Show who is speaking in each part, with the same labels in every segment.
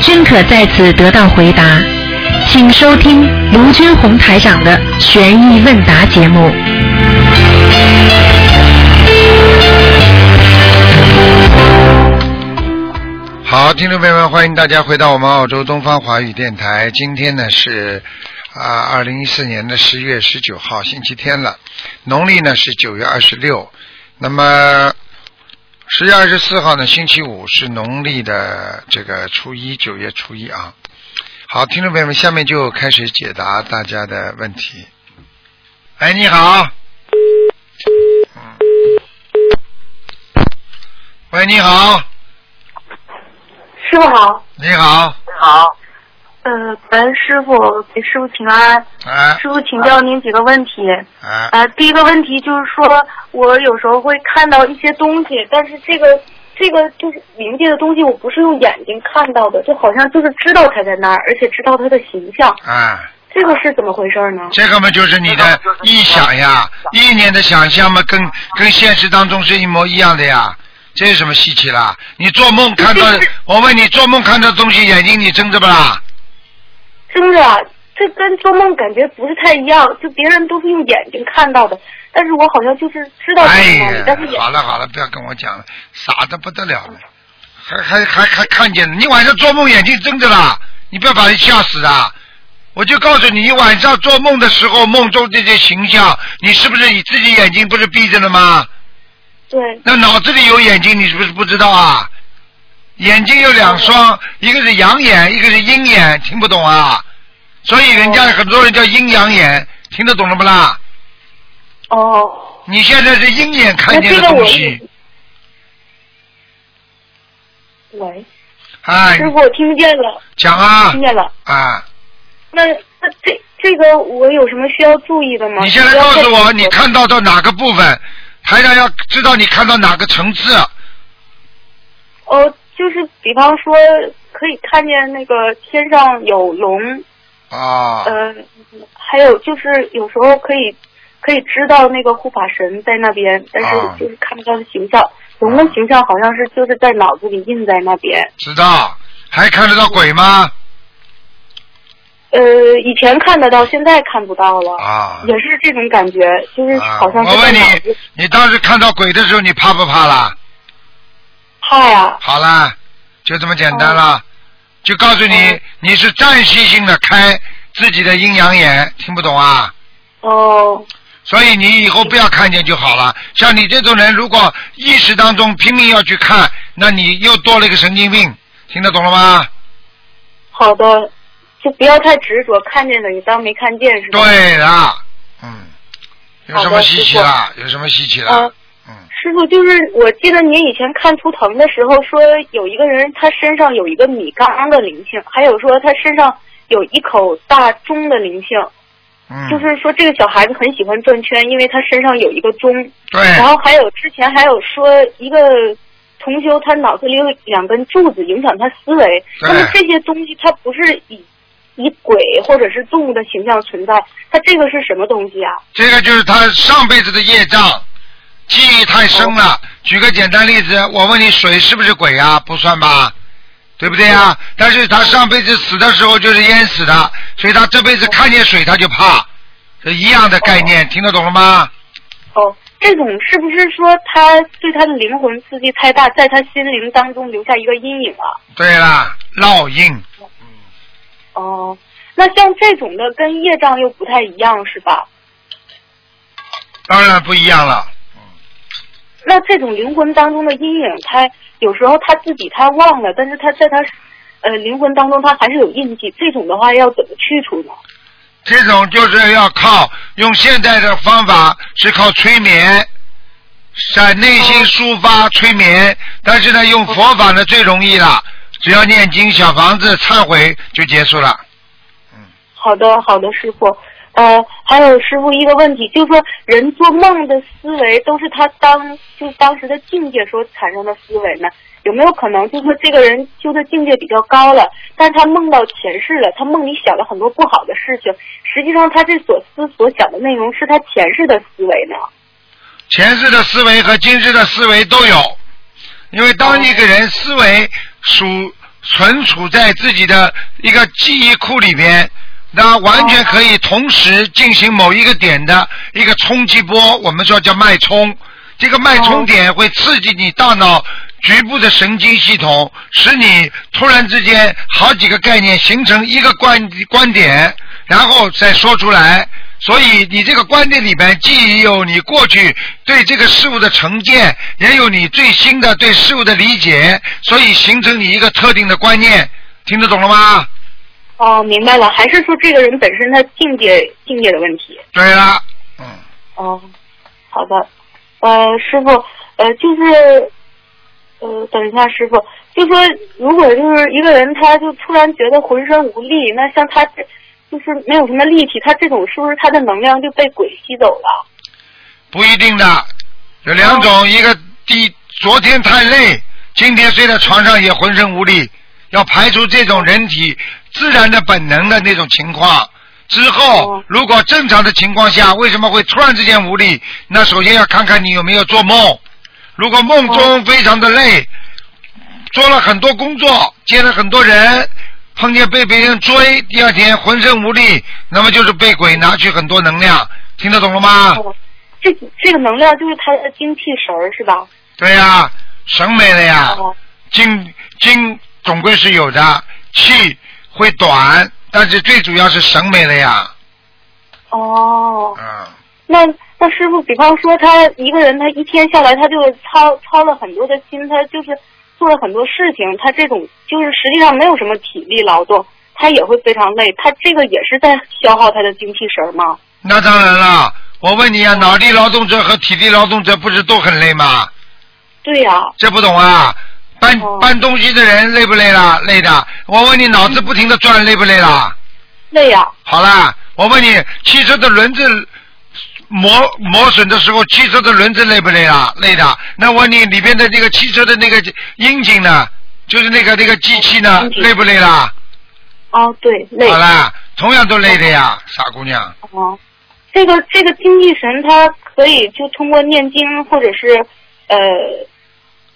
Speaker 1: 均可在此得到回答。请收听卢军红台长的《悬疑问答》节目。
Speaker 2: 好，听众朋友们，欢迎大家回到我们澳洲东方华语电台。今天呢是啊，二零一四年的十月十九号，星期天了，农历呢是九月二十六。那么十月二十四号呢，星期五是农历的这个初一，九月初一啊。好，听众朋友们，下面就开始解答大家的问题。哎，你好。嗯。喂，你好，
Speaker 3: 师傅好，
Speaker 2: 你好，
Speaker 3: 好，呃，感恩师傅给师傅请安，
Speaker 2: 哎
Speaker 3: 师傅请教您几个问题。
Speaker 2: 哎，
Speaker 3: 呃，第一个问题就是说，我有时候会看到一些东西，但是这个这个就是灵界的东西，我不是用眼睛看到的，就好像就是知道它在那儿，而且知道它的形象，
Speaker 2: 哎。
Speaker 3: 这个是怎么回事呢？
Speaker 2: 这个嘛就是你的臆想呀，意念的想象嘛，跟跟现实当中是一模一样的呀。这有什么稀奇啦？你做梦看 到，我问你，做梦看到东西，眼睛你睁着不啦？
Speaker 3: 真的啊，这跟做梦感觉不是太一样，就别人都是用眼睛看到的，但是我好像就是知道它
Speaker 2: 哎
Speaker 3: 在那里，
Speaker 2: 呀
Speaker 3: 但是，也
Speaker 2: 好了好了，不要跟我讲了，傻的不得了了，还还还还看见了？你晚上做梦眼睛睁着啦？你不要把人吓死啊！我就告诉你，你晚上做梦的时候，梦中这些形象，你是不是你自己眼睛不是闭着的吗？
Speaker 3: 对
Speaker 2: 那脑子里有眼睛，你是不是不知道啊？眼睛有两
Speaker 3: 哦
Speaker 2: 双，一个是阳眼，一个是阴眼，听不懂啊？所以人家很多人叫阴阳眼，听得懂了不啦？
Speaker 3: 哦。
Speaker 2: 你现在是阴眼看
Speaker 3: 那
Speaker 2: 见
Speaker 3: 这
Speaker 2: 的
Speaker 3: 个
Speaker 2: 东
Speaker 3: 我
Speaker 2: 西，
Speaker 3: 喂，
Speaker 2: 啊，
Speaker 3: 师傅，我听见了，
Speaker 2: 讲啊
Speaker 3: 听见了。
Speaker 2: 啊！
Speaker 3: 那那这这个我有什么需要注意的吗？
Speaker 2: 你现在告诉
Speaker 3: 不要
Speaker 2: 我，
Speaker 3: 再
Speaker 2: 你看到到哪个部分？台长要知道你看到哪个层次，
Speaker 3: 哦，就是比方说可以看见那个天上有龙，
Speaker 2: 啊？
Speaker 3: 呃，还有就是有时候可以可以知道那个护法神在那边，但
Speaker 2: 啊
Speaker 3: 是就是看不到他形象。龙的形象好像是就是在脑子里印在那边。
Speaker 2: 知道？还看得到鬼吗？
Speaker 3: 呃，以前看得到，现在看不到了，
Speaker 2: 啊
Speaker 3: 也是这种感觉，就是
Speaker 2: 啊！
Speaker 3: 好像
Speaker 2: 我
Speaker 3: 是在
Speaker 2: 问
Speaker 3: 脑
Speaker 2: 你
Speaker 3: 子。，
Speaker 2: 你当时看到鬼的时候，你怕不怕啦？
Speaker 3: 怕呀、
Speaker 2: 好啦，就这么简单啦，就告诉你、
Speaker 3: 哦
Speaker 2: 你是暂时性的开自己的阴阳眼，听不懂啊？
Speaker 3: 哦，
Speaker 2: 所以你以后不要看见就好了。像你这种人，如果意识当中拼命要去看，那你又多了一个神经病，听得懂了吗？
Speaker 3: 好的，就不要太执着，看见等于当没看见是吧？
Speaker 2: 对啦，嗯，有什
Speaker 3: 好
Speaker 2: 么
Speaker 3: 的
Speaker 2: 稀奇啦？有什么稀奇啦？
Speaker 3: 啊，
Speaker 2: 嗯，
Speaker 3: 师傅，就是我记得您以前看图腾的时候说，有一个人他身上有一个米缸的灵性，还有说他身上有一口大钟的灵性，
Speaker 2: 嗯，
Speaker 3: 就是说这个小孩子很喜欢转圈，因为他身上有一个钟。
Speaker 2: 对，
Speaker 3: 然后还有之前还有说一个同修，他脑子里有两根柱子，影响他思维。
Speaker 2: 对
Speaker 3: 那么这些东西，它不是以以鬼或者是动物的形象存在，它这个是什么东西啊？
Speaker 2: 这个就是他上辈子的业障，记忆太深了。举个简单例子，我问你，水是不是鬼啊？不算吧，对不对啊？但是他上辈子死的时候就是淹死的，所以他这辈子看见水他就怕，是一样的概念，听得懂了吗？
Speaker 3: 哦，这种是不是说他对他的灵魂刺激太大，在他心灵当中留下一个阴影啊？
Speaker 2: 对啦，烙印，
Speaker 3: 哦，那像这种的跟业障又不太一样是吧？
Speaker 2: 当然不一样了。
Speaker 3: 那这种灵魂当中的阴影，他有时候他自己他忘了，但是他在他呃灵魂当中他还是有印记。这种的话要怎么去除呢？
Speaker 2: 这种就是要靠用现在的方法，是靠催眠，在内心抒发催眠。但是呢，用佛法呢最容易了，只要念经、小房子、忏悔就结束了。
Speaker 3: 好的，好的，师傅。呃，还有师傅一个问题，就是说人做梦的思维都是他当就是当时的境界所产生的思维呢？有没有可能就是说这个人修的境界比较高了，但是他梦到前世了，他梦里想了很多不好的事情，实际上他这所思所想的内容是他前世的思维呢？
Speaker 2: 前世的思维和今世的思维都有，因为当一个人思维属存储在自己的一个记忆库里边，那完全可以同时进行某一个点的一个冲击波，我们说叫脉冲。这个脉冲点会刺激你大脑局部的神经系统，使你突然之间好几个概念形成一个观观点，然后再说出来。所以你这个观点里边，既有你过去对这个事物的成见，也有你最新的对事物的理解，所以形成你一个特定的观念。听得懂了吗？
Speaker 3: 哦，明白了，还是说这个人本身他境界境界的问题。
Speaker 2: 对了，嗯，
Speaker 3: 哦，好的，呃，师傅，呃，就是，呃，等一下，师傅，就说如果就是一个人，他就突然觉得浑身无力，那像他这就是没有什么力气，他这种是不是他的能量就被鬼吸走了？
Speaker 2: 不一定的，有两种，一个第昨天太累，今天睡在床上也浑身无力，要排除这种人体自然的本能的那种情况。之后
Speaker 3: 哦，
Speaker 2: 如果正常的情况下，为什么会突然之间无力？那首先要看看你有没有做梦。如果梦中非常的累，做了很多工作，见了很多人，碰见被别人追，第二天浑身无力，那么就是被鬼拿去很多能量。听得懂了吗？
Speaker 3: 哦这这个能量就是他的精气神儿是吧？
Speaker 2: 对呀、审美了呀，
Speaker 3: 哦
Speaker 2: 筋筋总归是有的，气会短，但是最主要是审美了呀，
Speaker 3: 哦，
Speaker 2: 嗯，
Speaker 3: 那那师傅，比方说他一个人，他一天下来，他就操操了很多的心，他就是做了很多事情，他这种就是实际上没有什么体力劳动，他也会非常累，他这个也是在消耗他的精气神儿吗？
Speaker 2: 那当然了。我问
Speaker 3: 哦
Speaker 2: 你啊，脑力劳动者和体力劳动者不是都很累吗？
Speaker 3: 对呀、
Speaker 2: 这不懂啊？搬
Speaker 3: 哦
Speaker 2: 搬东西的人累不累啦？累的。我问你，脑子不停的转，累不累啦？
Speaker 3: 累呀、
Speaker 2: 好啦，我问你，汽车的轮子磨磨损的时候，汽车的轮子累不累啊？累的。那我问你，里边的那个汽车的那个阴茎呢，就是那个那个机器呢
Speaker 3: 阴，茎
Speaker 2: 累不累啦？
Speaker 3: 哦，对，累。
Speaker 2: 好啦，同样都累的呀，傻姑娘。
Speaker 3: 哦，这个这个精气神，他可以就通过念经或者是呃，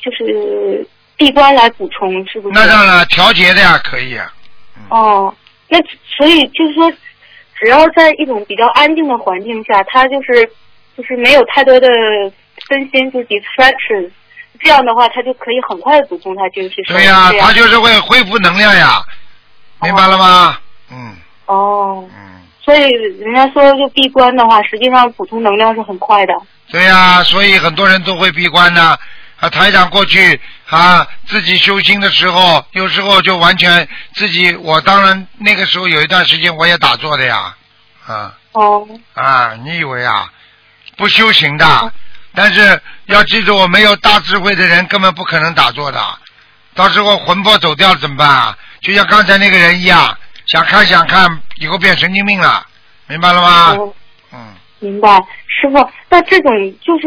Speaker 3: 就是闭关来补充，是不是？
Speaker 2: 那当然了，调节的呀，可以啊。
Speaker 3: 哦，那所以就是说，只要在一种比较安静的环境下，他就是就是没有太多的分心，就是 distraction，这样的话，他就可以很快地补充他精气神。
Speaker 2: 对呀、
Speaker 3: 这样
Speaker 2: 它就是会恢复能量呀，明白了吗？嗯
Speaker 3: 哦，
Speaker 2: 嗯。
Speaker 3: 所以人家说就闭关的话，实际上补充能量是很快的。
Speaker 2: 对呀、所以很多人都会闭关呢。啊，台长过去啊，自己修心的时候，有时候就完全自己。我当然那个时候有一段时间我也打坐的呀，啊
Speaker 3: 哦，
Speaker 2: 啊，你以为啊，不修行的，但是要记住，我没有大智慧的人根本不可能打坐的。到时候魂魄走掉了怎么办啊？就像刚才那个人一样，想看想看，以后变神经病了，明白了吗？
Speaker 3: 哦
Speaker 2: 嗯。
Speaker 3: 明白，师傅，那这种就是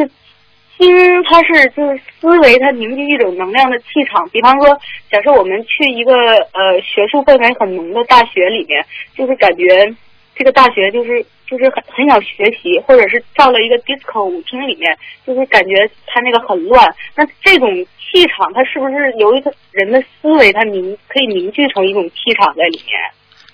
Speaker 3: 心，它是就是思维，它凝聚一种能量的气场。比方说，假设我们去一个呃学术氛围很浓的大学里面，就是感觉这个大学就是就是很很想学习，或者是到了一个 disco 舞厅里面，就是感觉它那个很乱。那这种气场，它是不是由一个人的思维，它凝可以凝聚成一种气场在里面？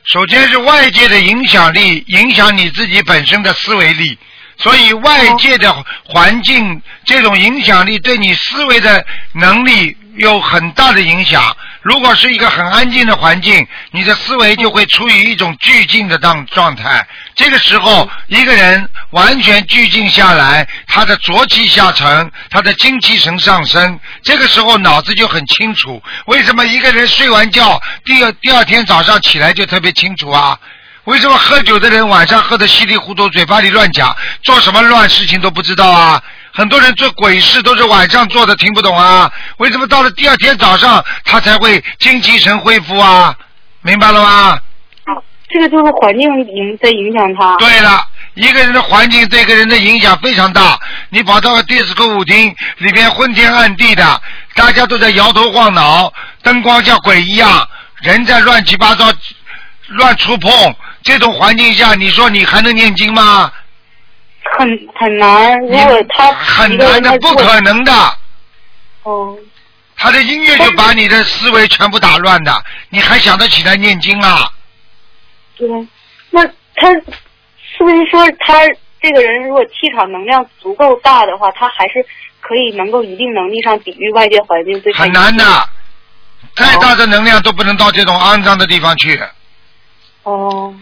Speaker 2: 首先是外界的影响力影响你自己本身的思维力，所以外界的环境这种影响力对你思维的能力有很大的影响。如果是一个很安静的环境，你的思维就会处于一种俱静的状状态。这个时候，一个人完全聚静下来，他的浊气下沉，他的精气神上升。这个时候脑子就很清楚。为什么一个人睡完觉，第二第二天早上起来就特别清楚啊？为什么喝酒的人晚上喝得稀里糊涂，嘴巴里乱讲，做什么乱事情都不知道啊？很多人做鬼事都是晚上做的，听不懂啊？为什么到了第二天早上他才会精气神恢复啊？明白了吗？
Speaker 3: 啊这个就是环境影在影响它。
Speaker 2: 对了，一个人的环境对一个人的影响非常大。你跑到个迪斯科舞厅里边昏天暗地的，大家都在摇头晃脑，灯光像鬼一样，人在乱七八糟乱触碰。这种环境下，你说你还能念经吗？
Speaker 3: 很很难。如果他
Speaker 2: 很
Speaker 3: 一个
Speaker 2: 难
Speaker 3: 人
Speaker 2: 的，不可能的。
Speaker 3: 哦，
Speaker 2: 他的音乐就把你的思维全部打乱的，你还想得起来念经啊？
Speaker 3: 对，那他是不是说他这个人如果气场能量足够大的话，他还是可以能够一定能力上抵御外界环境对他
Speaker 2: 很难的，再大的能量都不能到这种肮脏的地方去，
Speaker 3: 哦，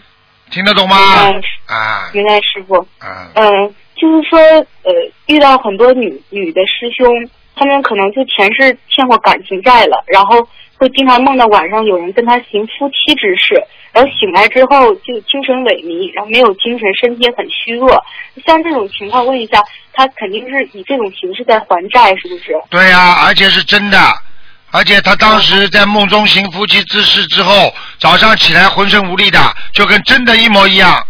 Speaker 2: 听得懂吗
Speaker 3: 嗯？
Speaker 2: 啊
Speaker 3: 明白师傅。
Speaker 2: 啊，
Speaker 3: 嗯，就是说，呃，遇到很多女女的师兄，他们可能就前世欠过感情债了，然后会经常梦到晚上有人跟他行夫妻之事，然后醒来之后就精神萎靡，然后没有精神，身体也很虚弱。像这种情况，问一下，他肯定是以这种形式在还债，是不是？
Speaker 2: 对呀、而且是真的。而且他当
Speaker 3: 嗯
Speaker 2: 时在梦中行夫妻之事之后，早上起来浑身无力的，就跟真的一模一样，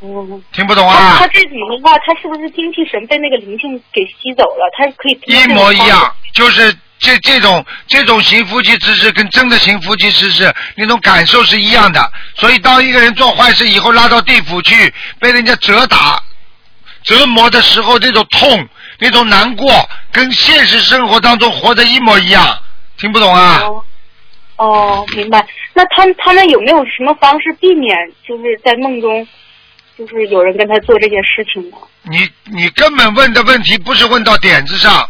Speaker 3: 嗯。
Speaker 2: 听不懂
Speaker 3: 他
Speaker 2: 啊
Speaker 3: 他？这种的话，他是不是精气神被那个灵性给吸走了？他可以通过
Speaker 2: 一
Speaker 3: 这种
Speaker 2: 模一
Speaker 3: 方式
Speaker 2: 样，就是这这种这种行夫妻之事跟真的行夫妻之事那种感受是一样的。所以当一个人做坏事以后拉到地府去，被人家折打、折磨的时候，那种痛、那种难过，跟现实生活当中活的一模一样。听不懂啊？
Speaker 3: 哦，哦，明白。那他们他们有没有什么方式避免，就是在梦中，就是有人跟他做这件事情呢？
Speaker 2: 你你根本问的问题不是问到点子上，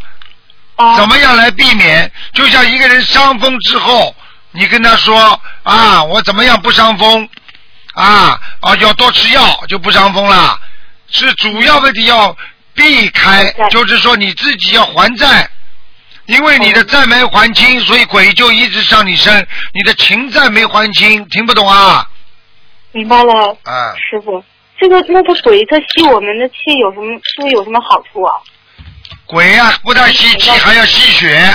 Speaker 3: 啊，
Speaker 2: 怎么样来避免？就像一个人伤风之后，你跟他说啊，我怎么样不伤风？啊啊，要多吃药就不伤风了。是主要问题要避开
Speaker 3: 还债，
Speaker 2: 就是说你自己要还债，因为你的债没还清，所以鬼就一直上你身，你的情债没还清，听不懂啊？
Speaker 3: 明白了，
Speaker 2: 啊，
Speaker 3: 师傅。这个那个鬼他吸我们的气有什么？是不是有什么好处啊？
Speaker 2: 鬼啊，不但吸气，还要吸血。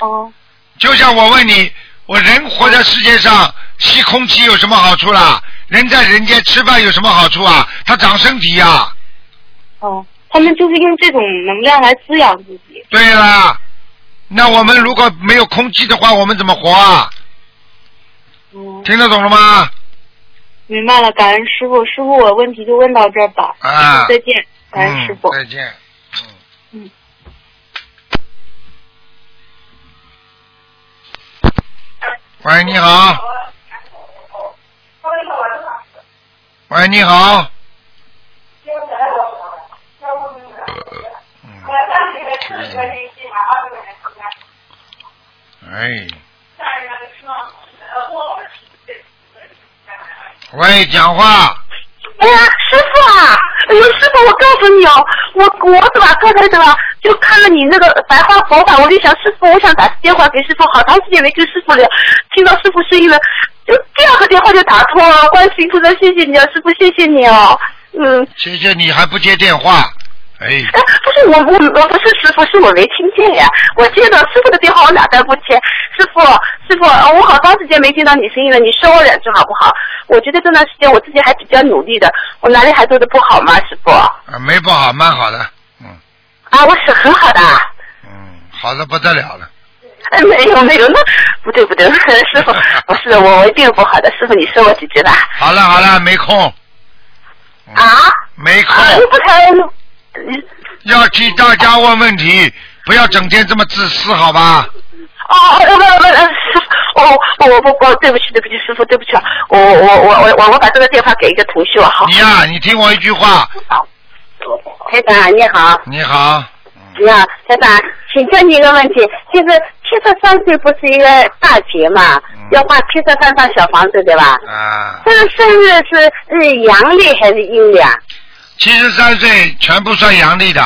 Speaker 3: 哦，
Speaker 2: 就像我问你，我人活在世界上，吸空气有什么好处啦？人在人间吃饭有什么好处啊？他长身体呀、
Speaker 3: 哦，他们就是用这种能量来滋养自己。
Speaker 2: 对啦，那我们如果没有空气的话，我们怎么活啊？
Speaker 3: 嗯，
Speaker 2: 听得懂了吗？
Speaker 3: 明白了，感恩师傅。师傅，我问题就问到这儿吧。
Speaker 2: 啊
Speaker 3: 再见，感恩
Speaker 2: 嗯，
Speaker 3: 哎师傅。
Speaker 2: 再见。嗯。
Speaker 3: 嗯。
Speaker 2: 喂，你好。喂，你好。嗯，哎，喂，讲话。
Speaker 4: 哎呀，师傅啊！哎呦，师傅，我告诉你哦，我我怎么刚才怎么就看了你那个白话佛法，我就想师傅，我想打电话给师傅，好长时间没跟师傅聊，听到师傅声音了，就第二个电话就打通了。观世音菩萨，谢谢你啊，师傅，谢谢你哦。嗯，
Speaker 2: 谢谢你还不接电话，哎，
Speaker 4: 哎，不是我我我不是师傅，是我没听见呀。我接到师傅的电话，我哪敢不接？师傅，师傅，呃我好长时间没听到你声音了，你收我两句好不好？我觉得这段时间我自己还比较努力的，我哪里还做的不好吗，师傅？
Speaker 2: 啊，没不好，蛮好的，嗯
Speaker 4: 啊，我是很好的啊。
Speaker 2: 嗯，好的不得了了，
Speaker 4: 哎，没有没有，那不对不对， 师傅不是我，我一定不好的，师傅你说我几句吧。
Speaker 2: 好了好了，没空，嗯
Speaker 4: 啊？
Speaker 2: 没空，
Speaker 4: 啊，你不谈，你
Speaker 2: 要替大家问问题，不要整天这么自私，好吧？
Speaker 4: 哦，不不不，师傅，我我我不我对不起对不起，师傅对不起，啊，我我我我我我把这个电话给一个同学好。
Speaker 2: 你呀、你听我一句话，
Speaker 4: 台长你好，
Speaker 2: 你好，
Speaker 4: 你好，台长，请教你一个问题，就是七十三岁不是一个大劫嘛
Speaker 2: 嗯，
Speaker 4: 要画七十三张小房子对吧？
Speaker 2: 啊，
Speaker 4: 这个生日是是阳历还是阴历啊？
Speaker 2: 七十三岁全部算阳历的，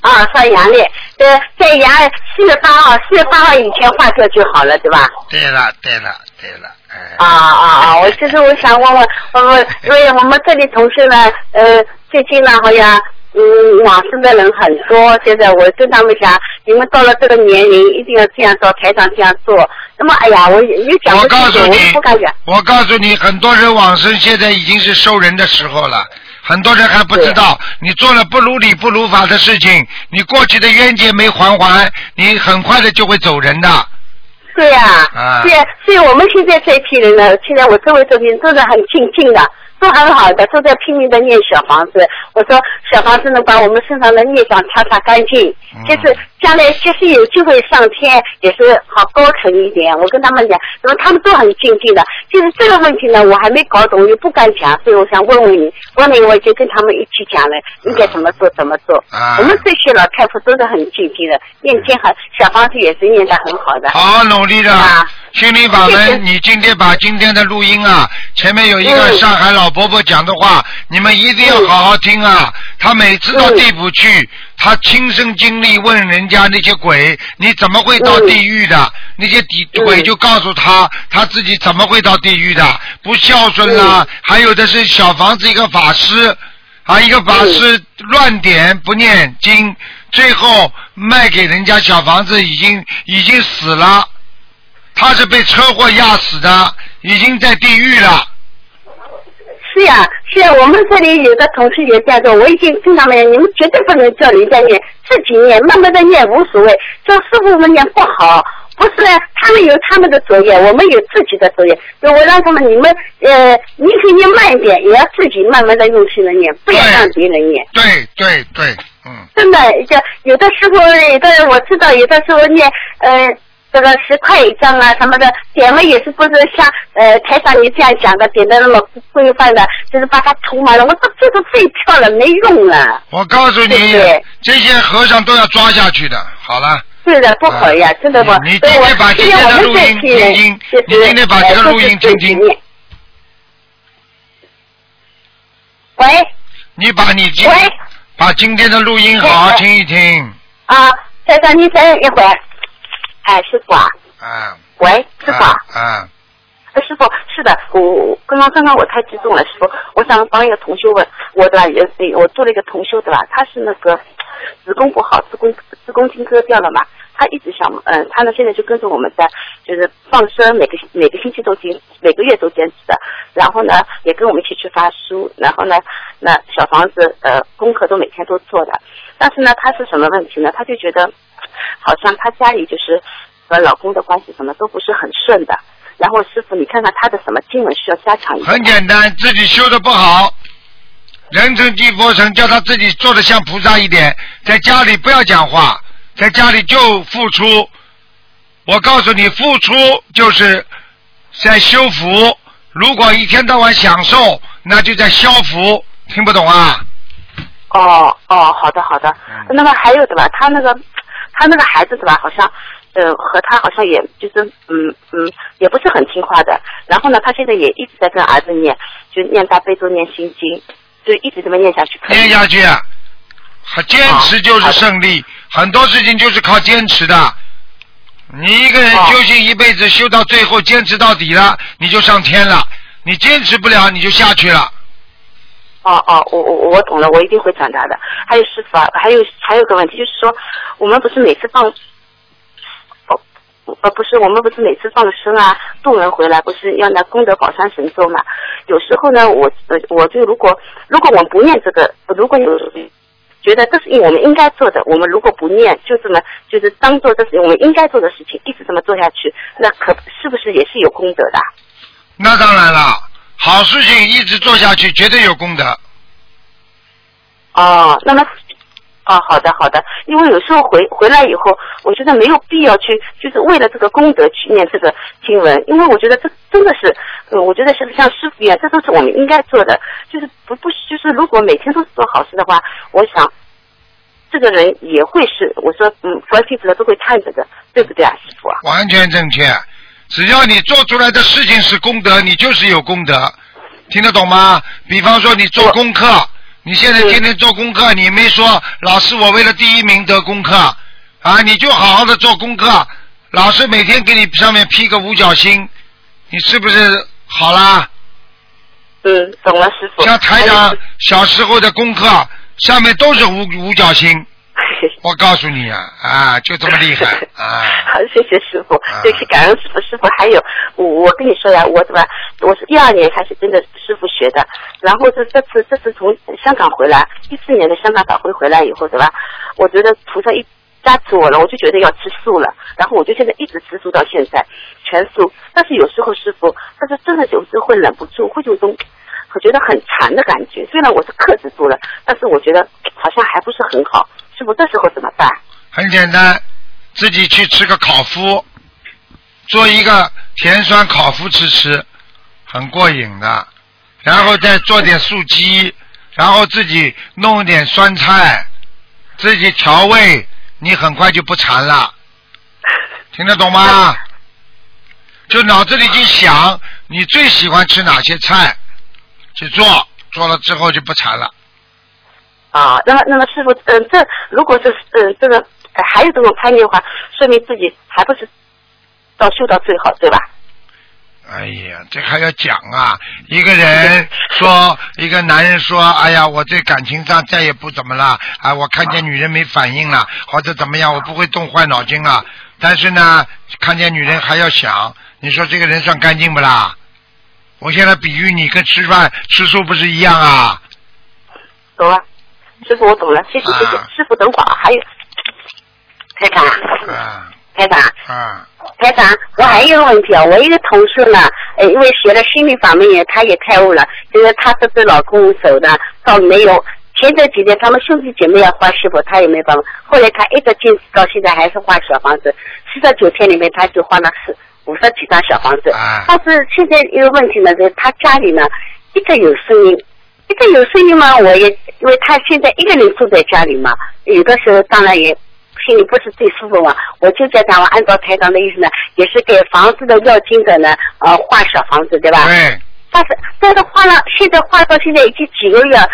Speaker 4: 啊，算阳历，呃，在阳四月八号，四月八号以前画掉就好了，对吧？
Speaker 2: 对了对了对了，哎，
Speaker 4: 啊啊啊！我就是我想问问，我们因为我们这里同事呢，呃，最近呢好像嗯往生的人很多，现在我跟他们讲，你们到了这个年龄一定要这样做，台长这样做。那么哎呀，我有讲
Speaker 2: 我
Speaker 4: 过这
Speaker 2: 告诉
Speaker 4: 个，我
Speaker 2: 你
Speaker 4: 就不敢讲。，
Speaker 2: 我告诉你，很多人往生现在已经是收人的时候了。很多人还不知道，你做了不如理不如法的事情，你过去的冤结没还完，你很快的就会走人的。
Speaker 4: 对呀、
Speaker 2: 啊
Speaker 4: 对呀、所以我们现在这一批人呢，现在我周围这边都是很静静的，都很好的，都在拼命的念小房子。我说小房子能把我们身上的孽障擦擦干净，
Speaker 2: 嗯
Speaker 4: 就是将来就是有机会上天，也是好高层一点。我跟他们讲，然后他们都很敬敬的。就是这个问题呢，我还没搞懂，又不敢讲，所以我想问问你，问了我就跟他们一起讲了，应该怎么做怎么做。
Speaker 2: 啊
Speaker 4: 我们这些老太婆都是很敬敬的，念经很小房子也是念得很好的。
Speaker 2: 好努力的
Speaker 4: 啊，
Speaker 2: 心灵法
Speaker 4: 谢谢
Speaker 2: 门，你今天把今天的录音啊，前面有一个
Speaker 4: 嗯
Speaker 2: 上海老伯伯讲的话，你们一定要好好听啊。他每次到
Speaker 4: 嗯
Speaker 2: 地府去，他亲身经历问人家那些鬼，你怎么会到
Speaker 4: 嗯
Speaker 2: 地狱的？那些地
Speaker 4: 嗯
Speaker 2: 鬼就告诉他，他自己怎么会到地狱的？不孝顺啦，
Speaker 4: 嗯
Speaker 2: 还有的是小房子一个法师。啊，一个法师乱点不念经，最后卖给人家小房子已经已经死了，他是被车祸压死的，已经在地狱了。
Speaker 4: 是呀，是呀，我们这里有的同事也这样做，我已经跟他们讲，你们绝对不能叫人家念，自己念，慢慢的念无所谓。叫师傅们念不好，不是他们有他们的作业，我们有自己的作业。所以我让他们，你们呃，你可以念慢一点，也要自己慢慢的用心的念，不要让别人念。
Speaker 2: 对对对，嗯，
Speaker 4: 真的，这有的呃时候，有的我知道，有的时候念，呃，这个十块一张啊什么的，点了也是不是像呃台上你这样讲的，点的那么规范的，就是把它涂满了。我说这个废票了，没用了。
Speaker 2: 我告诉你
Speaker 4: 对对，
Speaker 2: 这些和尚都要抓下去的。好了，
Speaker 4: 是的，不好呀，
Speaker 2: 啊
Speaker 4: 真的不。
Speaker 2: 你你
Speaker 4: 所以
Speaker 2: 今
Speaker 4: 我
Speaker 2: 天把
Speaker 4: 现
Speaker 2: 今
Speaker 4: 在
Speaker 2: 天的
Speaker 4: 我们
Speaker 2: 录
Speaker 4: 这
Speaker 2: 音
Speaker 4: 批人
Speaker 2: 听听
Speaker 4: 就是
Speaker 2: 你今天把这个
Speaker 4: 呃
Speaker 2: 录音
Speaker 4: 就是
Speaker 2: 听听
Speaker 4: 自己念喂
Speaker 2: 你把你今
Speaker 4: 喂
Speaker 2: 把今天的录音好好听一听，
Speaker 4: 啊，台长，你等一会儿。哎，师傅啊，
Speaker 2: 啊，
Speaker 4: 喂，师傅啊。
Speaker 2: 啊啊，
Speaker 4: 哎，师傅，是的，我我刚刚刚刚我太激动了，师傅，我想帮一个同修问，我对吧？也对我做了一个同修对吧？他是那个子宫不好，子宫子宫颈割掉了嘛，他一直想，嗯，他呢现在就跟着我们在就是放生，每个每个星期都坚，每个月都坚持的，然后呢也跟我们一起去发书，然后呢那小房子呃功课都每天都做的，但是呢他是什么问题呢？他就觉得 好像他家里就是和老公的关系什么都不是很顺的。然后师傅，你看看他的什么经文需要加强一下？
Speaker 2: 很简单，自己修的不好，人成即佛成，叫他自己做的像菩萨一点，在家里不要讲话，在家里就付出。我告诉你，付出就是在修福。如果一天到晚享受，那就在消福。听不懂啊？
Speaker 4: 哦哦，好的好的。
Speaker 2: 嗯
Speaker 4: 那么还有的吧，他那个他那个孩子对吧，好像呃和他好像也就是嗯嗯也不是很听话的。然后呢，他现在也一直在跟儿子念，就念大悲咒、念心经，就一直这么念下去。可以吗
Speaker 2: 念下去，还坚持就是胜利。很多事情就是靠坚持的。你一个人
Speaker 4: 哦
Speaker 2: 修行一辈子，修到最后坚持到底了，你就上天了；你坚持不了，你就下去了。
Speaker 4: 哦哦，我我我懂了，我一定会转达的。还有师傅啊，还有还有个问题就是说，我们不是每次放，哦，呃不是，我们不是每次放生啊，渡人回来不是要拿功德宝山神咒嘛？有时候呢，我呃我就如果如果我们不念这个，如果有觉得这是我们应该做的，我们如果不念，就这么就是当做这是我们应该做的事情，一直这么做下去，那可是不是也是有功德的啊？
Speaker 2: 那当然了，好事情一直做下去，绝对有功德。
Speaker 4: 哦，那么，哦，好的好的，因为有时候回回来以后，我觉得没有必要去，就是为了这个功德去念这个经文，因为我觉得这真的是，呃我觉得是像师傅一样，这都是我们应该做的，就是不不就是如果每天都是做好事的话，我想。这个人也会是，我说，嗯，佛性菩萨都会看着的，对不对啊，师傅啊？
Speaker 2: 完全正确。只要你做出来的事情是功德，你就是有功德，听得懂吗？比方说你做功课，你现在天天做功课，你没说老师我为了第一名得功课啊，你就好好的做功课，老师每天给你上面批个五角星，你是不是好啦？
Speaker 4: 嗯，懂了，师傅。
Speaker 2: 像台
Speaker 4: 还有
Speaker 2: 长
Speaker 4: 师
Speaker 2: 小时候的功课上面都是五五角星，
Speaker 4: 父
Speaker 2: 我告诉你啊啊，就这么厉害 啊！
Speaker 4: 好，谢谢师傅
Speaker 2: 啊，
Speaker 4: 对，是感恩师傅。师傅还有，我我跟你说呀，我怎么，我是一二年开始跟着师傅学的，然后这这次这次从香港回来，一四年的香港法会回来以后，对吧？我觉得菩萨一加持我了，我就觉得要吃素了，然后我就现在一直吃素到现在，全素。但是有时候师傅，但是真的有时候会忍不住，会有一种。我觉得很馋的感觉。虽然我是克制住了，但是我觉得好像还不是很好。师傅，这时候怎么办？
Speaker 2: 很简单，自己去吃个烤麸，做一个甜酸烤麸吃吃，很过瘾的。然后再做点素鸡，然后自己弄一点酸菜，自己调味，你很快就不馋了。听得懂吗？就脑子里去想你最喜欢吃哪些菜，去做，做了之后就不馋了。
Speaker 4: 啊，那么那么师傅，嗯、这如果是嗯、这个、呃还有这种贪念的话，说明自己还不是到修到最好，对吧？
Speaker 2: 哎呀，这还要讲啊！一个人说，一个男人说，哎呀，我对感情上再也不怎么了，啊，我看见女人没反应了，或者怎么样，我不会动坏脑筋了。但是呢，看见女人还要想，你说这个人算干净不啦？我现在比喻你跟吃饭吃素不是一样啊？
Speaker 4: 懂了，师傅我懂了，谢谢谢谢，
Speaker 2: 啊
Speaker 4: 师傅等会儿啊还有台长，
Speaker 2: 啊
Speaker 4: 台长，
Speaker 2: 啊
Speaker 4: 台长，我还有一个问题啊，我一个同事呢，呃，因为学了心灵法门也，她也开悟了，就是她这对老公手呢，倒没有。前这几天他们兄弟姐妹要画师傅，她也没帮忙。后来她一直坚持到现在，还是画小房子。四十九天里面，她就画了四五十几张小房子。
Speaker 2: 啊
Speaker 4: 但是现在一个问题呢，就是她家里呢一直有声音，一直有声音嘛，我也因为她现在一个人住在家里嘛，有的时候当然也心里不是最舒服嘛。我就在讲，我按照台长的意思呢，也是给房子的要经者呢，呃，画小房子，对吧？
Speaker 2: 对，
Speaker 4: 但是但是画了，现在画到现在已经几个月了。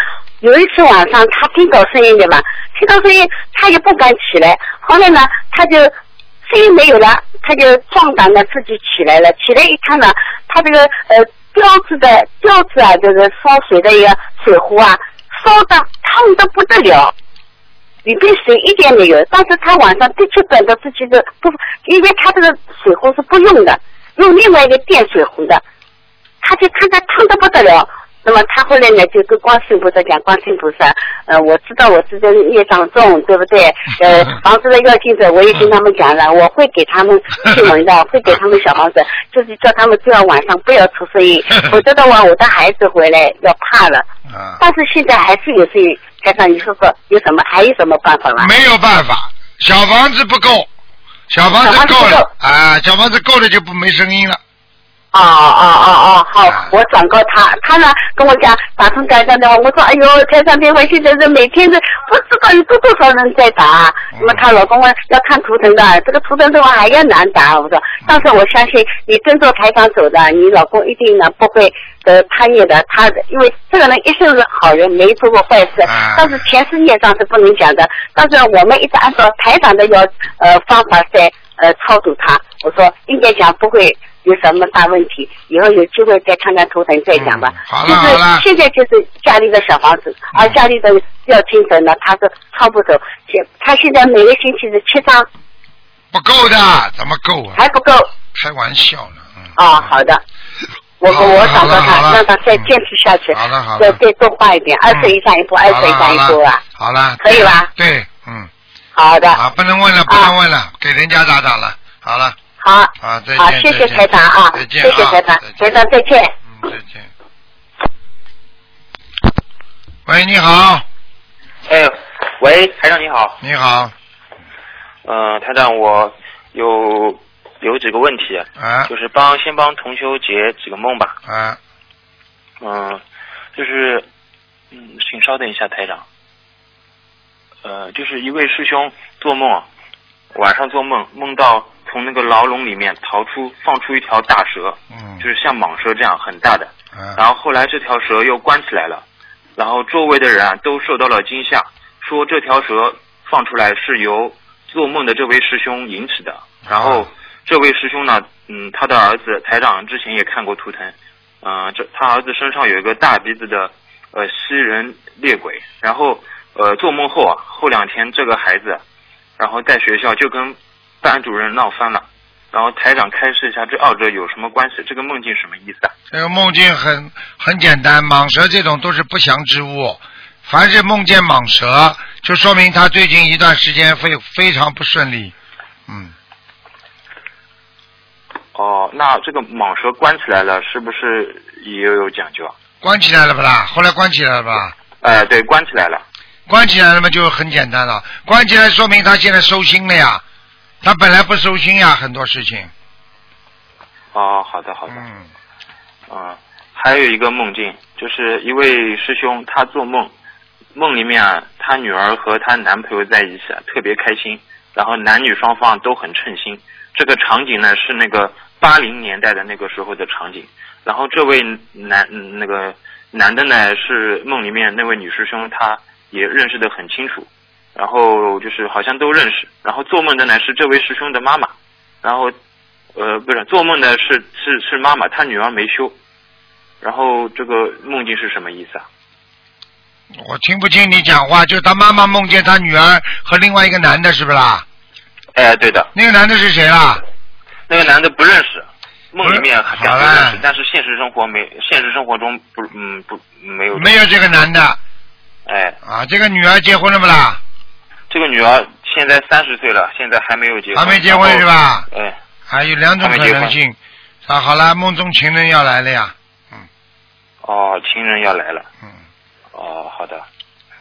Speaker 4: 有一次晚上，他听到声音对吧？听到声音，他也不敢起来。后来呢，他就声音没有了，他就壮胆的自己起来了。起来一看呢，他这个呃吊子的吊子啊，就是烧水的一个水壶啊，烧的烫的不得了。里边水一点没有，但是他晚上的确感到自己的不，因为他这个水壶是不用的，用另外一个电水壶的，他就看他烫的不得了。那么他后来呢，就跟观世音菩萨讲，观世音菩萨，呃，我知道我自己业障重，对不对？呃，房子的要经者，我也跟他们讲了，我会给他们进门的，会给他们小房子，就是叫他们最好晚上不要出声音，否则的话，我的孩子回来要怕了。
Speaker 2: 啊，
Speaker 4: 但是现在还是有些台长，你说说有什么还有什么办法吗？
Speaker 2: 没有办法，小房子不够，小房子
Speaker 4: 小房子
Speaker 2: 够
Speaker 4: 不
Speaker 2: 了
Speaker 4: 够
Speaker 2: 啊，小房子够了就不没声音了。
Speaker 4: 哦哦哦哦，
Speaker 2: 啊
Speaker 4: 好，我转告他，他呢跟我讲打通台长电话，我说哎呦，台长电话现在是每天是不知道有多多少人在打，
Speaker 2: 嗯
Speaker 4: 那么她老公问要看图腾的，这个图腾的话还要难打，我说，
Speaker 2: 嗯
Speaker 4: 但是我相信你跟着台长走的，你老公一定呢不会呃贪念的，他因为这个人一生是好人，没做过坏事
Speaker 2: 啊，
Speaker 4: 但是前世业障是不能讲的，但是我们一直按照台长的要呃方法在呃操作他，我说应该讲不会。有什么大问题？以后有机会再看看图腾再讲吧。
Speaker 2: 嗯好了
Speaker 4: 就是
Speaker 2: 好了嗯
Speaker 4: 现在就是家里的小房子，而家里的要精神呢，他是抄不走。现他现在每个星期是七张，
Speaker 2: 不够的，怎么够啊？
Speaker 4: 还不够。
Speaker 2: 开玩笑了，嗯。
Speaker 4: 哦，好的，我
Speaker 2: 好
Speaker 4: 我
Speaker 2: 了
Speaker 4: 我
Speaker 2: 好
Speaker 4: 找
Speaker 2: 了
Speaker 4: 到
Speaker 2: 好
Speaker 4: 他，
Speaker 2: 了
Speaker 4: 让他再
Speaker 2: 嗯
Speaker 4: 坚持下去。
Speaker 2: 好了好了嗯
Speaker 4: 再再多画一点，二十以上一部，二
Speaker 2: 好
Speaker 4: 十
Speaker 2: 了
Speaker 4: 以上一部啊。
Speaker 2: 好了，
Speaker 4: 可以吧
Speaker 2: 对，嗯，
Speaker 4: 好的，
Speaker 2: 啊，不能问了，不能问了，给人家打打了，好了，
Speaker 4: 好，
Speaker 2: 啊，再
Speaker 4: 好，
Speaker 2: 见，
Speaker 4: 谢谢
Speaker 2: 再见
Speaker 4: 台长啊，
Speaker 2: 再
Speaker 4: 谢
Speaker 2: 见，
Speaker 4: 谢台长
Speaker 2: 啊，
Speaker 4: 台长，再见。
Speaker 2: 嗯，再见。喂，你好，
Speaker 5: 哎，喂，台长你好，
Speaker 2: 你好，
Speaker 5: 嗯、台长我有有几个问题，
Speaker 2: 啊
Speaker 5: 就是帮先帮同修解几个梦吧，
Speaker 2: 啊，
Speaker 5: 嗯、就是，嗯，请稍等一下，台长，呃，就是一位师兄做梦啊，晚上做梦梦到从那个牢笼里面逃出放出一条大蛇，
Speaker 2: 嗯
Speaker 5: 就，是像蟒蛇这样很大的，然
Speaker 2: 啊，
Speaker 5: 后后来这条蛇又关起来了，然后周围的人啊都受到了惊吓，说这条蛇放出来是由做梦的这位师兄引起的。然后这位师兄呢，嗯，他的儿子台长之前也看过图腾，嗯、这他儿子身上有一个大鼻子的呃西人猎鬼，然后呃做梦后啊，后两天这个孩子，然后在学校就跟班主任闹翻了。然后台长开示一下，这二者有什么关系？这个梦境什么意思啊？
Speaker 2: 这个梦境很很简单，蟒蛇这种都是不祥之物，凡是梦见蟒蛇，就说明他最近一段时间非非常不顺利，嗯，
Speaker 5: 哦，那这个蟒蛇关起来了，是不是也有讲究啊？
Speaker 2: 关起来了不啦？后来关起来了吧？
Speaker 5: 呃，对，关起来了。
Speaker 2: 关起来了嘛，就很简单了。关起来说明他现在收心了呀，他本来不收心呀，很多事情。
Speaker 5: 哦，好的，好的。
Speaker 2: 嗯，
Speaker 5: 啊，还有一个梦境，就是一位师兄他做梦，梦里面啊，他女儿和她男朋友在一起，啊，特别开心，然后男女双方都很称心。这个场景呢是那个八零年代的那个时候的场景，然后这位男嗯那个男的呢是梦里面那位女师兄，他也认识的很清楚，然后就是好像都认识，然后做梦的呢是这位师兄的妈妈，然后呃，不是做梦的是是是妈妈，她女儿没修。然后这个梦境是什么意思啊？
Speaker 2: 我听不清你讲话，就他妈妈梦见他女儿和另外一个男的，是不啦？
Speaker 5: 哎，对的，
Speaker 2: 那个男的是谁啦？
Speaker 5: 那个男的不认识，梦里面
Speaker 2: 不是
Speaker 5: 假
Speaker 2: 好
Speaker 5: 装
Speaker 2: 了
Speaker 5: 认识，但是现实生活没，现实生活中不，嗯，不没有，
Speaker 2: 没有这个男的
Speaker 5: 哎，
Speaker 2: 啊，这个女儿结婚了不啦？
Speaker 5: 这个女儿现在三十岁了，现在还没有结婚，
Speaker 2: 还没结婚是？吧？
Speaker 5: 哎，
Speaker 2: 还有两种可能
Speaker 5: 还没
Speaker 2: 性。啊，好了，梦中情人要来了呀。
Speaker 5: 哦，情人要来了，
Speaker 2: 嗯，
Speaker 5: 哦，好的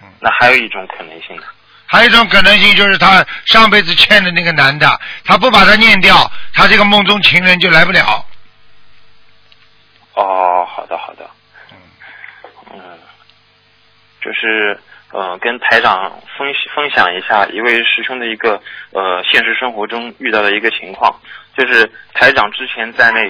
Speaker 2: 嗯，
Speaker 5: 那还有一种可能性呢？
Speaker 2: 还有一种可能性就是他上辈子欠的那个男的，他不把他念掉，他这个梦中情人就来不了。
Speaker 5: 哦，好的好的，嗯，就是呃，跟台长分析分享一下一位师兄的一个呃现实生活中遇到的一个情况，就是台长之前在那，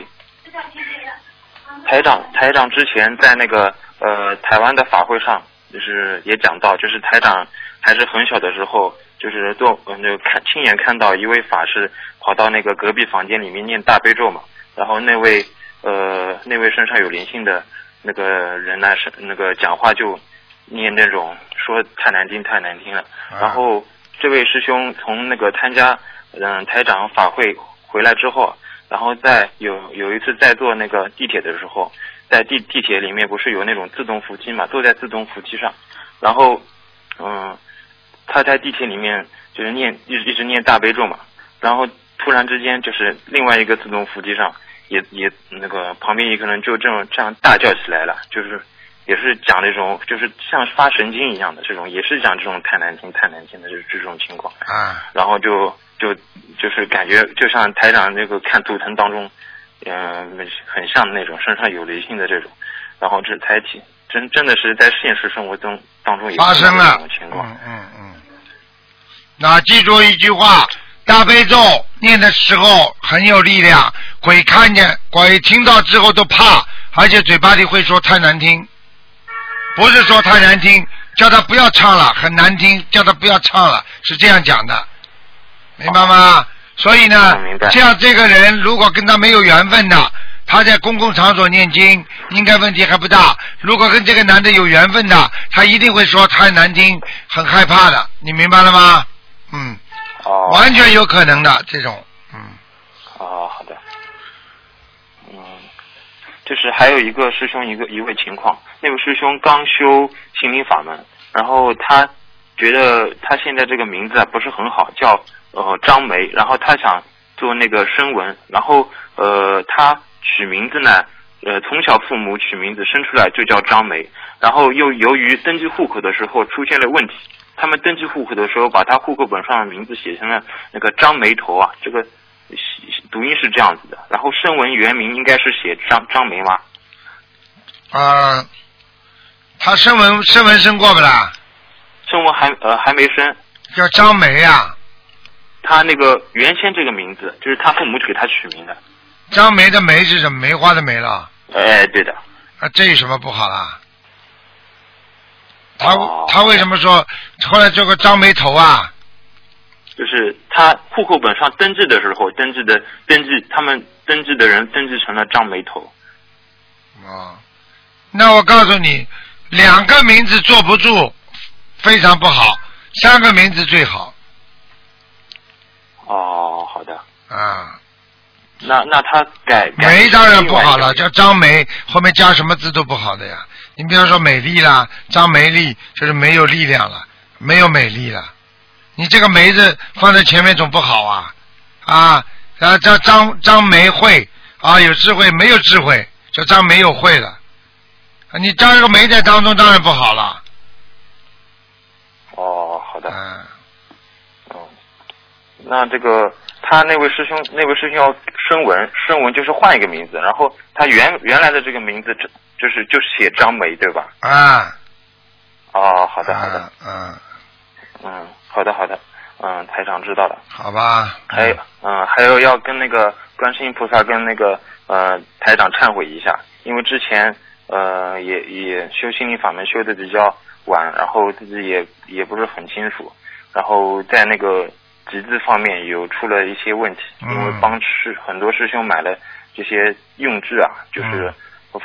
Speaker 5: 台长台长之前在那个呃台湾的法会上，就是也讲到，就是台长还是很小的时候。就是做，嗯，就看亲眼看到一位法师跑到那个隔壁房间里面念大悲咒嘛，然后那位呃那位身上有灵性的那个人呢是那个讲话就念那种说太难听太难听了，
Speaker 2: 啊
Speaker 5: 然后这位师兄从那个参加嗯台长法会回来之后，然后在有有一次在坐那个地铁的时候，在地地铁里面不是有那种自动扶梯嘛，坐在自动扶梯上，然后嗯他在地铁里面就是念一直一直念大悲咒嘛，然后突然之间就是另外一个自动扶梯上也也那个旁边一个人就这种这样大叫起来了，就是也是讲那种就是像发神经一样的这种，也是讲这种太难听太难听的这这种情况，
Speaker 2: 啊，
Speaker 5: 然后就就就是感觉就像台长那个看图腾当中，嗯、很像那种身上有灵性的这种，然后这才体真真的是在现实生活中当中也
Speaker 2: 发生
Speaker 5: 碰到这
Speaker 2: 了
Speaker 5: 种。情况，
Speaker 2: 嗯嗯嗯。那记住一句话：大悲咒念的时候很有力量，鬼看见、鬼听到之后都怕，而且嘴巴里会说太难听。不是说太难听，叫他不要唱了，很难听，叫他不要唱了，是这样讲的，明白吗？所以呢
Speaker 5: 嗯明白，
Speaker 2: 啊这样这个人如果跟他没有缘分的，他在公共场所念经，应该问题还不大。如果跟这个男的有缘分的，他一定会说太难听，很害怕的，你明白了吗？嗯，
Speaker 5: 哦，
Speaker 2: 完全有可能的这种，嗯，
Speaker 5: 哦，好的。嗯，就是还有一个师兄一个一位情况，那个师兄刚修心灵法门，然后他觉得他现在这个名字啊不是很好，叫呃张梅，然后他想做那个声纹，然后呃他取名字呢。呃，从小父母取名字生出来就叫张梅，然后又由于登记户口的时候出现了问题，他们登记户口的时候把他户口本上的名字写成了那个张梅头啊，这个读音是这样子的，然后声纹原名应该是写张张梅吗？
Speaker 2: 啊、他声纹声纹生过不啦？
Speaker 5: 声纹还呃还没生，
Speaker 2: 叫张梅啊，
Speaker 5: 他那个原先这个名字就是他父母给他取名的。
Speaker 2: 张梅的梅是什么？梅花的梅了。
Speaker 5: 哎，对的，
Speaker 2: 啊，这有什么不好啦？他
Speaker 5: 哦
Speaker 2: 他为什么说后来这个张眉头啊？
Speaker 5: 就是他户口本上登记的时候，登记的登记他们登记的人登记成了张梅头。
Speaker 2: 哦，那我告诉你，两个名字坐不住，非常不好；三个名字最好
Speaker 5: 哦，好的，
Speaker 2: 啊。
Speaker 5: 那那他改改
Speaker 2: 梅当然不好了，
Speaker 5: 另
Speaker 2: 叫张梅，后面加什么字都不好的呀。你比方说美丽啦，张梅丽就是没有力量了，没有美丽了。你这个梅字放在前面总不好啊啊！然后叫张张梅慧啊，有智慧没有智慧，叫张梅有慧了你扎个没在当中当然不好了，
Speaker 5: 哦，好的，
Speaker 2: 嗯，
Speaker 5: 哦，那这个他那位师兄，那位师兄要声纹，声纹就是换一个名字，然后他原原来的这个名字，这就是就是写张梅对吧？
Speaker 2: 啊，
Speaker 5: 哦，好
Speaker 2: 好
Speaker 5: 的好的，，
Speaker 2: 嗯，
Speaker 5: 嗯，好的好的，嗯，台长知道了。
Speaker 2: 好吧，
Speaker 5: 还有，嗯，还有要跟那个观世音菩萨跟那个呃台长忏悔一下，因为之前呃也也修心灵法门修的比较晚，然后自己也也不是很清楚，然后在那个集资方面有出了一些问题，
Speaker 2: 嗯
Speaker 5: 因为帮师很多师兄买了这些用具啊，就是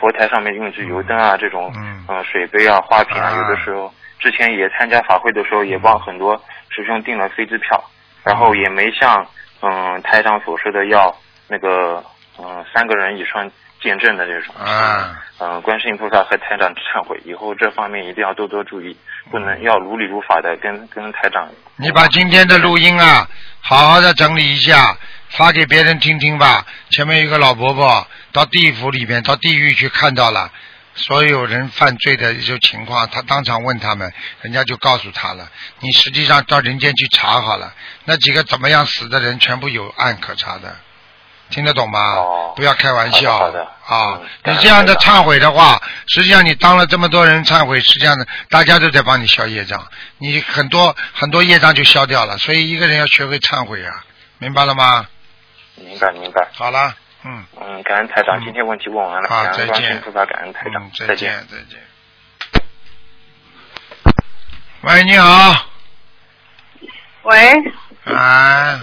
Speaker 5: 佛台上面用具、油灯啊这种，
Speaker 2: 嗯
Speaker 5: 呃水杯啊、花瓶啊，有的
Speaker 2: 啊嗯
Speaker 5: 时候之前也参加法会的时候，也帮很多师兄订了飞机票，然后也没像嗯台长所说的要那个嗯三个人以上见证的这种。
Speaker 2: 啊，
Speaker 5: 嗯，观世音菩萨和台长忏悔，以后这方面一定要多多注意，不能要如理如法的跟跟台长。
Speaker 2: 你把今天的录音啊，好好的整理一下，发给别人听听吧。前面有一个老伯伯到地府里边，到地狱去看到了所有人犯罪的一些情况，他当场问他们，人家就告诉他了。你实际上到人间去查好了，那几个怎么样死的人全部有案可查的，听得懂吗？
Speaker 5: 哦
Speaker 2: 不要开玩笑。
Speaker 5: 好的好
Speaker 2: 啊
Speaker 5: 的嗯，
Speaker 2: 你
Speaker 5: 感恩
Speaker 2: 这样的
Speaker 5: 台长
Speaker 2: 忏悔的话，实际上你当了这么多人忏悔，实际上呢，大家都在帮你消业障，你很多很多业障就消掉了。所以一个人要学会忏悔啊，明白了吗？
Speaker 5: 明白明白，
Speaker 2: 好了，嗯，
Speaker 5: 嗯，感恩台长，
Speaker 2: 嗯
Speaker 5: 今天问题问完了，
Speaker 2: 好
Speaker 5: 感
Speaker 2: 再
Speaker 5: 恩观世
Speaker 2: 见
Speaker 5: 音菩萨，感恩台长
Speaker 2: 嗯，，
Speaker 5: 再
Speaker 2: 再
Speaker 5: 见。
Speaker 2: 见，再见。喂，你好，
Speaker 4: 喂，
Speaker 2: 啊，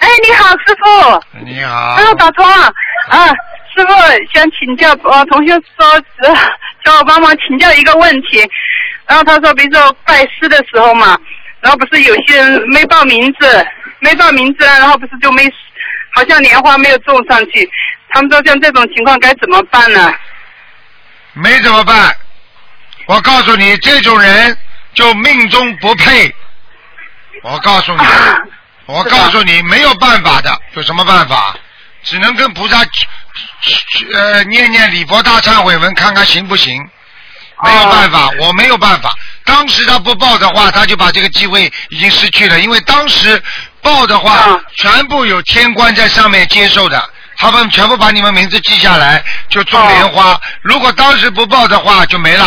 Speaker 4: 哎，你好，师傅。
Speaker 2: 你好
Speaker 4: 哎，呦，打通了啊！师傅想请教，呃，同学说呃叫我帮忙请教一个问题，然后他说，比如说拜师的时候嘛，然后不是有些人没报名字，没报名字，啊然后不是就没，好像莲花没有种上去，他们说像这种情况该怎么办呢？
Speaker 2: 没怎么办。我告诉你，这种人就命中不配。我告诉你， 我告诉你，没有办法的，有什么办法？只能跟菩萨呃念念礼佛大忏悔文，看看行不行。没有办法，我没有办法。当时他不报的话，他就把这个机会已经失去了，因为当时报的话，
Speaker 4: 嗯
Speaker 2: 全部有天官在上面接受的，他们全部把你们名字记下来，就种莲花。如果当时不报的话，就没了。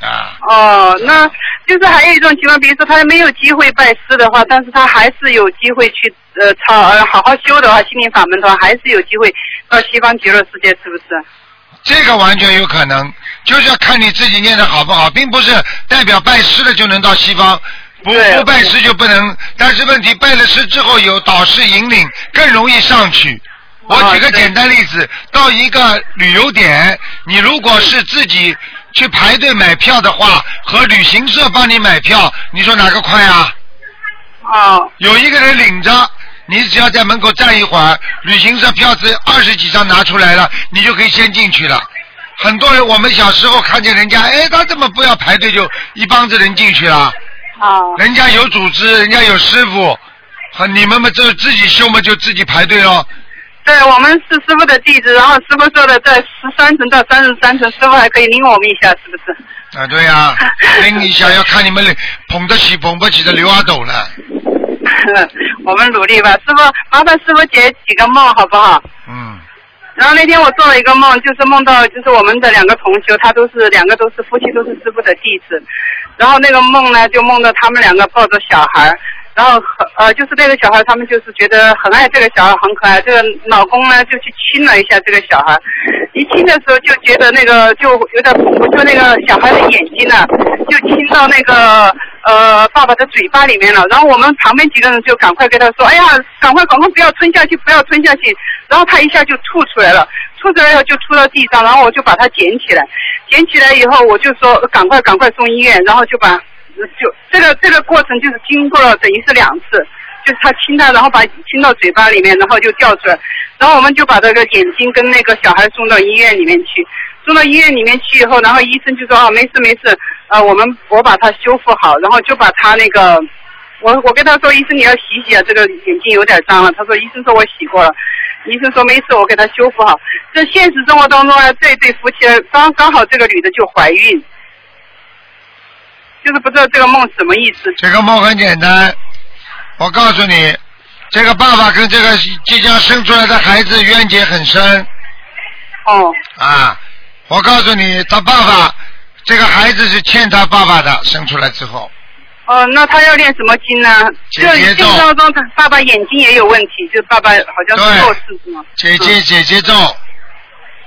Speaker 2: 啊，
Speaker 4: 哦，那就是还有一种情况，比如说他没有机会拜师的话，但是他还是有机会去呃操呃好好修的话，心灵法门的话，还是有机会到西方极乐世界，是不是？
Speaker 2: 这个完全有可能，就是要看你自己念的好不好，并不是代表拜师了就能到西方。不
Speaker 4: 对
Speaker 2: 不拜师就不能，但是问题拜了师之后有导师引领，更容易上去。我啊举个
Speaker 4: 对
Speaker 2: 简单例子，到一个旅游点，你如果是自己去排队买票的话，和旅行社帮你买票，你说哪个快啊？
Speaker 4: 哦
Speaker 2: 有一个人领着，你只要在门口站一会儿，旅行社票子二十几张拿出来了，你就可以先进去了。很多人，我们小时候看见人家，哎，他怎么不要排队就一帮子人进去了？
Speaker 4: 哦
Speaker 2: 人家有组织，人家有师傅，和你们嘛就自己修嘛就自己排队咯。
Speaker 4: 对，我们是师傅的弟子，然后师傅说的在十三层到三十三层，师傅还可以领我们一下，是不是？
Speaker 2: 啊，对呀、 拎一下要看你们捧得起捧不起的刘阿斗了。
Speaker 4: 我们努力吧，师傅，麻烦师傅解几个梦好不好？
Speaker 2: 嗯，
Speaker 4: 然后那天我做了一个梦，就是梦到就是我们的两个同修，他都是两个都是夫妻，都是师傅的弟子。然后那个梦呢，就梦到他们两个抱着小孩儿，然后很呃，就是那个小孩儿，他们就是觉得很爱这个小孩儿，很可爱。这个老公呢，就去亲了一下这个小孩儿，一亲的时候就觉得那个就有点恐怖，就那个小孩的眼睛呢，就亲到那个呃爸爸的嘴巴里面了。然后我们旁边几个人就赶快跟他说：“哎呀，赶快赶快，不要吞下去，不要吞下去。”然后他一下就吐出来了，吐出来以后就吐到地上，然后我就把他捡起来，捡起来以后我就说赶快赶快送医院，然后就把就这个这个过程就是经过了等于是两次，就是他亲他，然后把亲到嘴巴里面，然后就掉出来，然后我们就把这个眼睛跟那个小孩送到医院里面去，送到医院里面去以后，然后医生就说啊没事没事，呃我们我把它修复好，然后就把他那个。我我跟他说，医生你要洗洗啊，这个眼睛有点脏了。他说医生说我洗过了，
Speaker 6: 医生说没事，我给她修复好。这现实生活当中呢，这对夫妻啊刚刚好这个女的就怀孕，就是不知道这个梦什么意思。
Speaker 2: 这个梦很简单，我告诉你，这个爸爸跟这个即将生出来的孩子冤结很深
Speaker 6: 哦
Speaker 2: 啊！我告诉你，他爸爸这个孩子是欠他爸爸的，生出来之后，
Speaker 6: 哦，那她要练什么经呢？
Speaker 2: 解
Speaker 6: 这
Speaker 2: 结
Speaker 6: 现
Speaker 2: 咒
Speaker 6: 实当中，她爸爸眼睛也有问题，就是爸爸好像
Speaker 2: 对
Speaker 6: 是弱视是吗？
Speaker 2: 姐姐姐姐咒，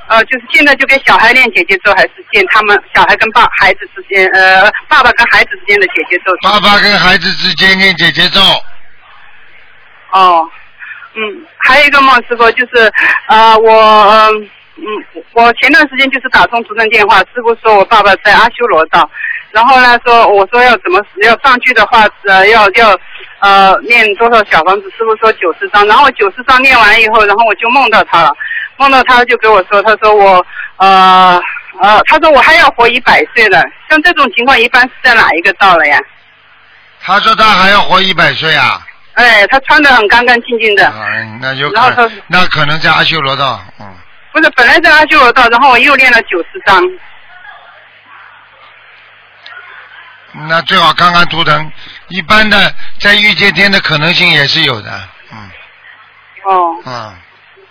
Speaker 6: 呃，就是现在就给小孩练姐姐咒，还是练他们小孩跟爸孩子之间，呃，爸爸跟孩子之间的姐姐咒？
Speaker 2: 爸爸跟孩子之间念姐姐咒，
Speaker 6: 哦，嗯，还有一个梦，师傅就是，呃，我，呃嗯，我前段时间就是打通图腾电话，师傅说我爸爸在阿修罗道，然后呢说我说要怎么要上去的话，呃，要要呃念多少小房子？师傅说九十张，然后九十张念完以后，然后我就梦到他了，梦到他就给我说，他说我呃呃，他说我还要活一百岁了，像这种情况一般是在哪一个道了呀？
Speaker 2: 他说他还要活一百岁啊！
Speaker 6: 哎，他穿的很干干净净的，
Speaker 2: 嗯，那就
Speaker 6: 然后
Speaker 2: 可
Speaker 6: 他
Speaker 2: 那可能在阿修罗道，嗯，
Speaker 6: 不是，本来在阿修罗道，然后我又练了九十章。
Speaker 2: 那最好看看图腾，一般的在御界天的可能性也是有的，嗯
Speaker 6: 哦
Speaker 2: 嗯，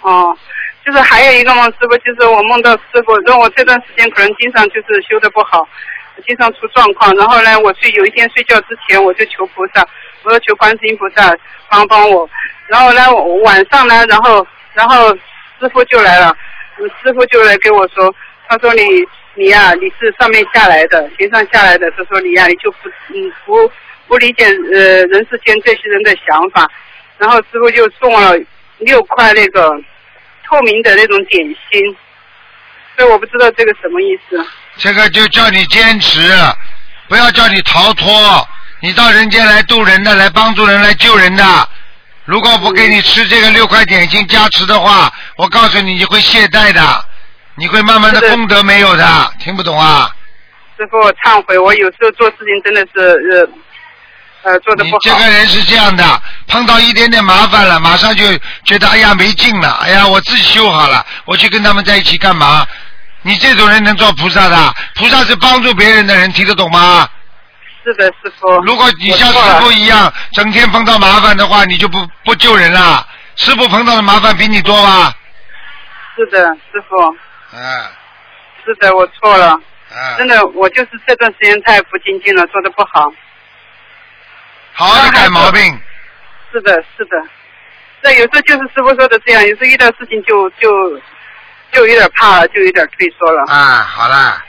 Speaker 6: 哦，就是还有一个梦，师傅，就是我梦到师傅，让我这段时间可能经常就是修的不好，经常出状况。然后呢，我睡有一天睡觉之前，我就求菩萨，我说求观世音菩萨帮帮我。然后呢，我晚上呢，然后然后师傅就来了，嗯师傅就来给我说，他说你你呀、你是上面下来的，天上下来的，他说你呀、你就不嗯不不理解呃人世间这些人的想法。然后师傅就送了六块那个透明的那种点心，所以我不知道这个什么意思。啊
Speaker 2: 这个就叫你坚持，不要叫你逃脱。你到人间来渡人的，来帮助人，来救人的。如果不给你吃这个六块点心加持的话，我告诉你，你会懈怠的，你会慢慢的
Speaker 6: 是的
Speaker 2: 功德没有的。听不懂啊？
Speaker 6: 师傅，我忏悔，我有时候做事情真的是呃呃做的
Speaker 2: 你
Speaker 6: 不
Speaker 2: 这
Speaker 6: 好
Speaker 2: 个。人是这样的，碰到一点点麻烦了，马上就觉得哎呀没劲了，哎呀我自己修好了，我去跟他们在一起干嘛？你这种人能做菩萨的？菩萨是帮助别人的人，听得懂吗？
Speaker 6: 是的，师傅。
Speaker 2: 如果你
Speaker 6: 我
Speaker 2: 像师
Speaker 6: 错了
Speaker 2: 傅一样，整天碰到麻烦的话，你就不不救人了。师傅碰到的麻烦比你多吧？
Speaker 6: 是的，师傅，
Speaker 2: 嗯
Speaker 6: 是的，我错了，真
Speaker 2: 嗯，
Speaker 6: 的，我就是这段时间太不精进了，做的不好。
Speaker 2: 好好的改毛病。
Speaker 6: 是的，是的。这有时候就是师傅说的这样，有时候遇到事情就就就有点怕了，就有点退缩了。
Speaker 2: 啊，好了，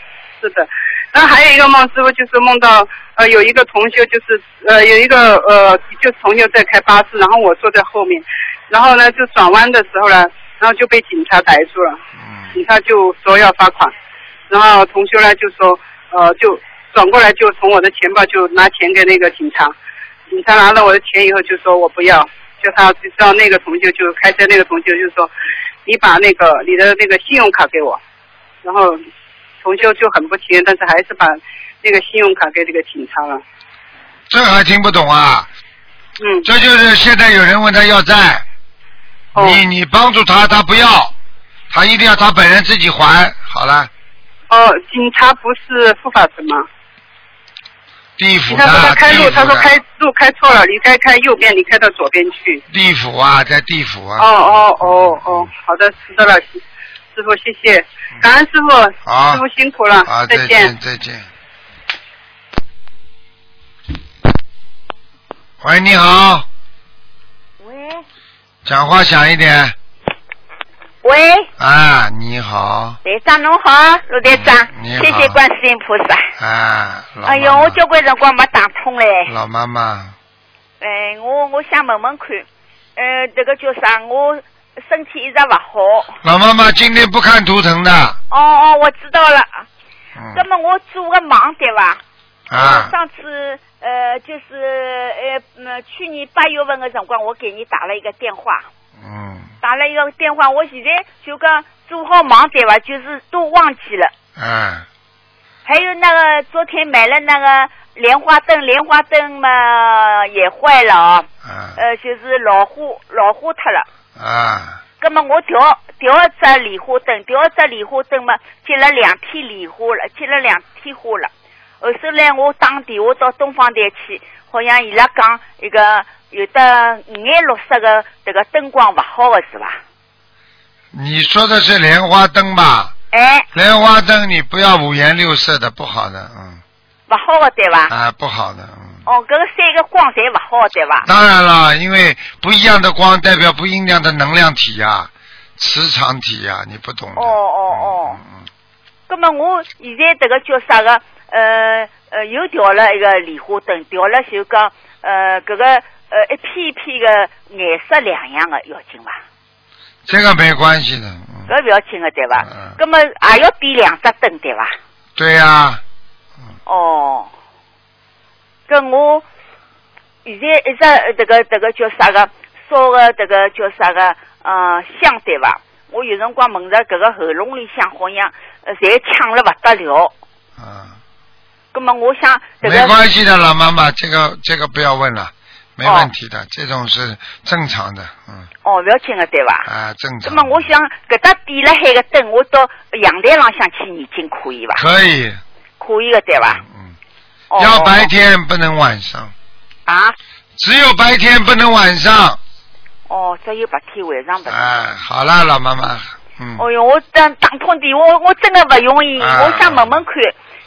Speaker 6: 是的。那还有一个梦，师傅就是梦到呃有一个同修，就是呃有一个呃就同修在开巴士，然后我坐在后面，然后呢就转弯的时候呢，然后就被警察逮住了，
Speaker 2: 嗯，
Speaker 6: 警察就说要罚款，然后同修呢就说呃就转过来就从我的钱包就拿钱给那个警察，警察拿了我的钱以后就说我不要，叫他就叫那个同修就开车那个同修就说你把那个你的那个信用卡给我，然后同修就很不情愿，但是还是把那个信用卡给这个警察了。
Speaker 2: 这还听不懂啊？
Speaker 6: 嗯，
Speaker 2: 这就是现在有人问他要债，
Speaker 6: 哦
Speaker 2: 你你帮助他，他不要，他一定要他本人自己还。好了，
Speaker 6: 哦，警察不是不法什吗？
Speaker 2: 地府
Speaker 6: 警察说他
Speaker 2: 的，
Speaker 6: 开路，
Speaker 2: 地
Speaker 6: 他
Speaker 2: 府
Speaker 6: 说开
Speaker 2: 的，
Speaker 6: 路开错了，你该开右边，你开到左边去。
Speaker 2: 地府啊，在地府
Speaker 6: 哦
Speaker 2: 啊。
Speaker 6: 哦哦哦，好的，知道了，师傅谢谢，感恩师傅，
Speaker 2: 嗯好
Speaker 6: 师傅辛苦了
Speaker 2: 好，，
Speaker 6: 哦再
Speaker 2: 见，啊再见。喂，你好，
Speaker 7: 喂
Speaker 2: 讲话响一点。
Speaker 7: 喂，
Speaker 2: 啊，你好，
Speaker 7: 队长侬好，陆队长
Speaker 2: 嗯，你好
Speaker 7: 谢谢观世音菩萨。
Speaker 2: 啊，老妈妈
Speaker 7: 哎呦，我交关辰光没打通嘞。
Speaker 2: 老妈妈，
Speaker 7: 哎，我我想问问看，呃，这个叫啥？我身体一直不好。
Speaker 2: 老妈妈今天不看图腾的，
Speaker 7: 哦哦，我知道了。那
Speaker 2: 嗯，
Speaker 7: 么我做个梦对吧？
Speaker 2: 啊
Speaker 7: 我，上次呃，就是呃，嗯去年八月份的辰光，我给你打了一个电话，
Speaker 2: 嗯，
Speaker 7: 打了一个电话，我现在就讲做好梦对吧？就是都忘记了。
Speaker 2: 啊，
Speaker 7: 还有那个昨天买了那个莲花灯，莲花灯嘛也坏了啊，
Speaker 2: 啊，
Speaker 7: 呃，就是老化老化掉了。
Speaker 2: 啊，
Speaker 7: 咁葛么我调调一只莲花灯，调一只莲花灯嘛，结了两片莲花了，结了两片花了。后首来我打电话到东方台去，好像伊拉讲一个有的五颜六色的这个灯光勿好的是吧？
Speaker 2: 你说的是莲花灯吧？
Speaker 7: 哎，
Speaker 2: 莲花灯你不要五颜六色的，不好的，嗯，
Speaker 7: 勿好的对伐？
Speaker 2: 啊，不好的，嗯。
Speaker 7: 哦，搿个三个光侪勿好对伐？
Speaker 2: 当然了，因为不一样的光代表不一样的能量体呀、磁场体呀、你不懂的。嗯
Speaker 7: 哦哦哦。葛么我现在迭个叫啥个？呃呃，又调了一个莲花灯，调了就讲呃搿个呃一片一片个颜色两样的要紧伐？
Speaker 2: 这个没关系的，嗯，
Speaker 7: 搿勿要紧个对伐
Speaker 2: 嗯？
Speaker 7: 葛么也要点两只灯对伐？
Speaker 2: 对呀、
Speaker 7: 哦，搿我现在一只呃迭个迭个叫啥个烧个迭个叫啥个呃香对伐？我有辰光闻着搿个喉咙里向好像呃侪呛了勿得了，
Speaker 2: 啊，
Speaker 7: 葛么我想
Speaker 2: 没
Speaker 7: 迭个
Speaker 2: 关系的，老妈妈，这个这个不要问了，没问题的，这种是正常的，嗯，
Speaker 7: 哦勿要紧个对伐？
Speaker 2: 啊，正
Speaker 7: 那
Speaker 2: 常。
Speaker 7: 么我想搿搭点了海个灯，我到阳台浪向去念经可以伐？
Speaker 2: 可以，
Speaker 7: 可以个对伐？
Speaker 2: 嗯，
Speaker 7: 哦
Speaker 2: 要白天不能晚上，
Speaker 7: 啊，
Speaker 2: 只有白天不能晚上。
Speaker 7: 哦，只有白天晚上勿。
Speaker 2: 哎，好了，老妈妈，嗯，
Speaker 7: 哦哦哟，我真打通电话，我真的不容易，
Speaker 2: 啊
Speaker 7: 我想问问看，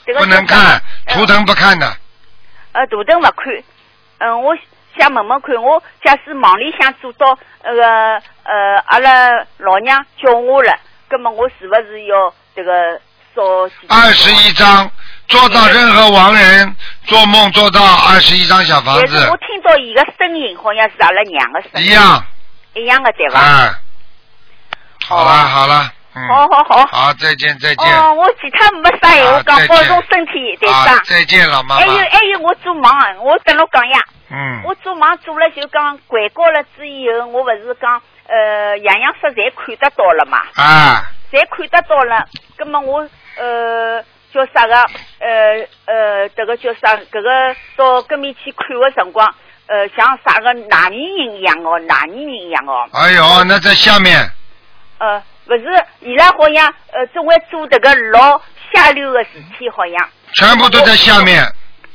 Speaker 7: 这个嗯
Speaker 2: 不能看图腾，不看的，
Speaker 7: 呃，图腾勿看，嗯，我想问问看，我假使梦里向做到那个呃，阿拉老娘叫我了，葛么我是勿是要这个烧几张
Speaker 2: 二十一张，做到任何亡人做梦做到二十一张小房
Speaker 7: 但是
Speaker 2: 子
Speaker 7: 我，听到伊个声音，好像是阿拉娘个声
Speaker 2: 一
Speaker 7: 音，
Speaker 2: 样，
Speaker 7: 一样的对伐？
Speaker 2: 哎，好
Speaker 7: 好
Speaker 2: 了
Speaker 7: 啊
Speaker 2: 好了，嗯，
Speaker 7: 好好好。
Speaker 2: 好，再见再见，
Speaker 7: 哦，我其他没啥闲话
Speaker 2: 啊再
Speaker 7: 讲，
Speaker 2: 见
Speaker 7: 保重身体，哎队
Speaker 2: 啊
Speaker 7: 长，。
Speaker 2: 再见，老妈
Speaker 7: 还
Speaker 2: 妈
Speaker 7: 有，还有，我做梦，我跟侬讲呀，
Speaker 2: 嗯，
Speaker 7: 我做梦做了就讲拐高了之以后，我勿是讲呃样样色侪看得到了嘛，
Speaker 2: 啊，
Speaker 7: 侪看得到了。葛么我呃叫啥个呃呃这个叫啥？搿个到搿面去看个辰光，呃像啥个哪里人一样哦，哪里人一样哦。
Speaker 2: 哎呦，那在下面，
Speaker 7: 呃，勿是，伊拉好像呃，总归做迭个老下流的事体，好像
Speaker 2: 全部都在下面。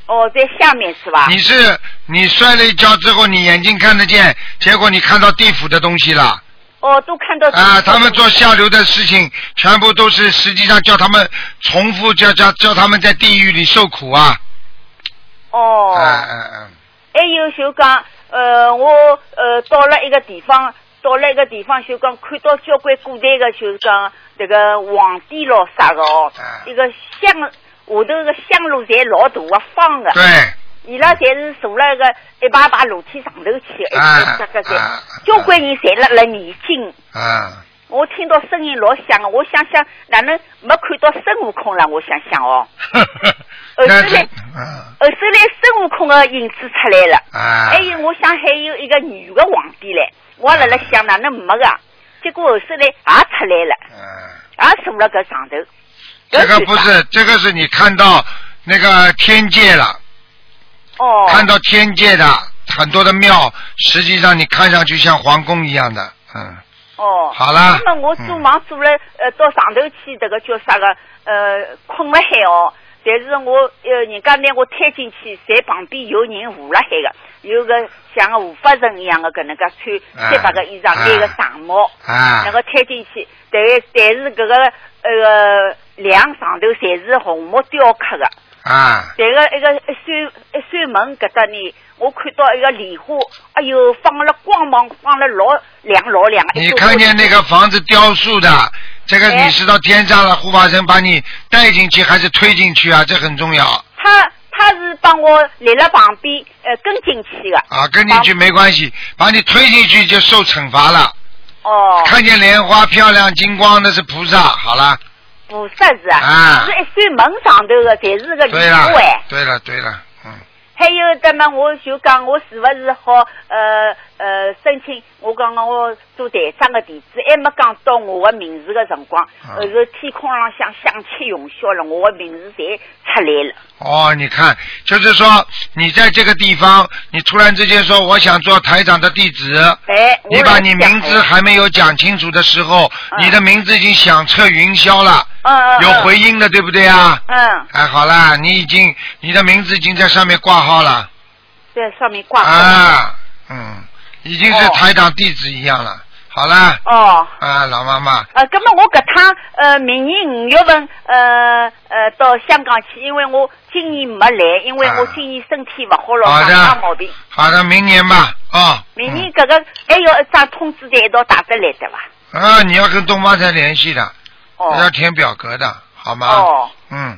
Speaker 7: 哦，在下面是吧？
Speaker 2: 你是你摔了一跤之后，你眼睛看得见，结果你看到地府的东西了
Speaker 7: 哦，都看到
Speaker 2: 啊！他们做下流的事情，全部都是实际上叫他们重复叫叫叫他们在地狱里受苦啊！
Speaker 7: 哦，
Speaker 2: 嗯嗯嗯，
Speaker 7: 还有就讲呃，我呃到了一个地方，到了一个地方就讲看到交关古代的，就是讲迭个皇帝咯啥个哦
Speaker 2: 啊，
Speaker 7: 一个香下头个香炉侪老大个方个，
Speaker 2: 对，
Speaker 7: 啊
Speaker 2: 啊
Speaker 7: 伊拉侪是坐了一个一排排楼梯上头去的，一
Speaker 2: 啊
Speaker 7: 排哎排个
Speaker 2: 啊
Speaker 7: 侪，交关人侪辣辣念经。
Speaker 2: 啊，
Speaker 7: 我听到声音老响的，啊我想想哪能没看到孙悟空了？我想想哦，
Speaker 2: 呵呵
Speaker 7: 呃
Speaker 2: 那
Speaker 7: 是
Speaker 2: 这
Speaker 7: 嘞
Speaker 2: 啊
Speaker 7: 后头来孙悟空的影子出来了，
Speaker 2: 啊
Speaker 7: 还哎有我想还有一个女的皇帝嘞，我也辣辣想哪能没个，结果后头来也出来了，
Speaker 2: 啊！
Speaker 7: 也坐了搿上头。
Speaker 2: 这个
Speaker 7: 搿
Speaker 2: 不
Speaker 7: 算啥
Speaker 2: 是，这个是你看到那个天界了。
Speaker 7: 哦，
Speaker 2: 看到天界的很多的庙，实际上你看上去像皇宫一样的，嗯，
Speaker 7: 哦，
Speaker 2: 好嗯啦
Speaker 7: 那么我做梦做了，呃，到上头去，这个叫啥个？呃，困了海哦。但是我呃，人家拿我推进去，侪旁边有人扶了海个，有个像个护法神一样的，搿能介穿洁白个衣裳，
Speaker 2: 啊
Speaker 7: 戴个长帽，
Speaker 2: 啊
Speaker 7: 那，个推进去。但但是搿个呃梁上头侪是红木雕刻个。
Speaker 2: 啊，
Speaker 7: 这个一个一扇一扇门搿搭呢，我看到一个莲花，哎呦，放了光芒，放了老亮老亮。
Speaker 2: 你看见那个房子雕塑的，这个你
Speaker 7: 哎
Speaker 2: 是到天上了，护法神把你带进去还是推进去啊？这很重要
Speaker 7: 他他是帮我立了旁边，呃，跟进去的。
Speaker 2: 啊，跟进去没关系，把你推进去就受惩罚了。啊
Speaker 7: 哦，
Speaker 2: 看见莲花漂亮金光，那是菩萨，好了，
Speaker 7: 菩萨是
Speaker 2: 啊
Speaker 7: 是一扇门上头的，侪是个
Speaker 2: 对啊
Speaker 7: 莲
Speaker 2: 了
Speaker 7: 花哎，。
Speaker 2: 对了，对了，嗯，
Speaker 7: 还有，那么我就讲，我是不是好呃
Speaker 3: 呃申请，我讲我做台长个地址，还没讲到我个名字个辰光，
Speaker 2: 啊
Speaker 3: 后头天空浪向响起云霄了，我个名字侪出来了。
Speaker 2: 哦，你看，就是说你在这个地方，你突然之间说我想做台长的地址，
Speaker 3: 哎，我
Speaker 2: 你把
Speaker 3: 来
Speaker 2: 你
Speaker 3: 讲
Speaker 2: 名字还没有讲清楚的时候，你的名字已经响彻云霄了，
Speaker 3: 嗯嗯
Speaker 2: 有回音的，对不对啊？
Speaker 3: 嗯
Speaker 2: 哎，好啦，你已经你的名字已经在上面挂号了
Speaker 3: 在上面挂号。
Speaker 2: 啊，嗯，已经是
Speaker 3: 哦
Speaker 2: 台长地址一样了。好啦，
Speaker 3: 哦。
Speaker 2: 啊，老妈妈，
Speaker 3: 呃，咁么我搿趟呃，明年五月份呃呃到香港去，因为我今年没来，因为
Speaker 2: 啊
Speaker 3: 我今年身体勿好
Speaker 2: 好
Speaker 3: 了，
Speaker 2: 的
Speaker 3: 长毛病。
Speaker 2: 好的，明年吧，啊、
Speaker 3: 明年搿个还有一张通知单一道打得来的伐？
Speaker 2: 嗯啊，你要跟东方台联系的，要
Speaker 3: 哦
Speaker 2: 填表格的，好吗？
Speaker 3: 哦，
Speaker 2: 嗯，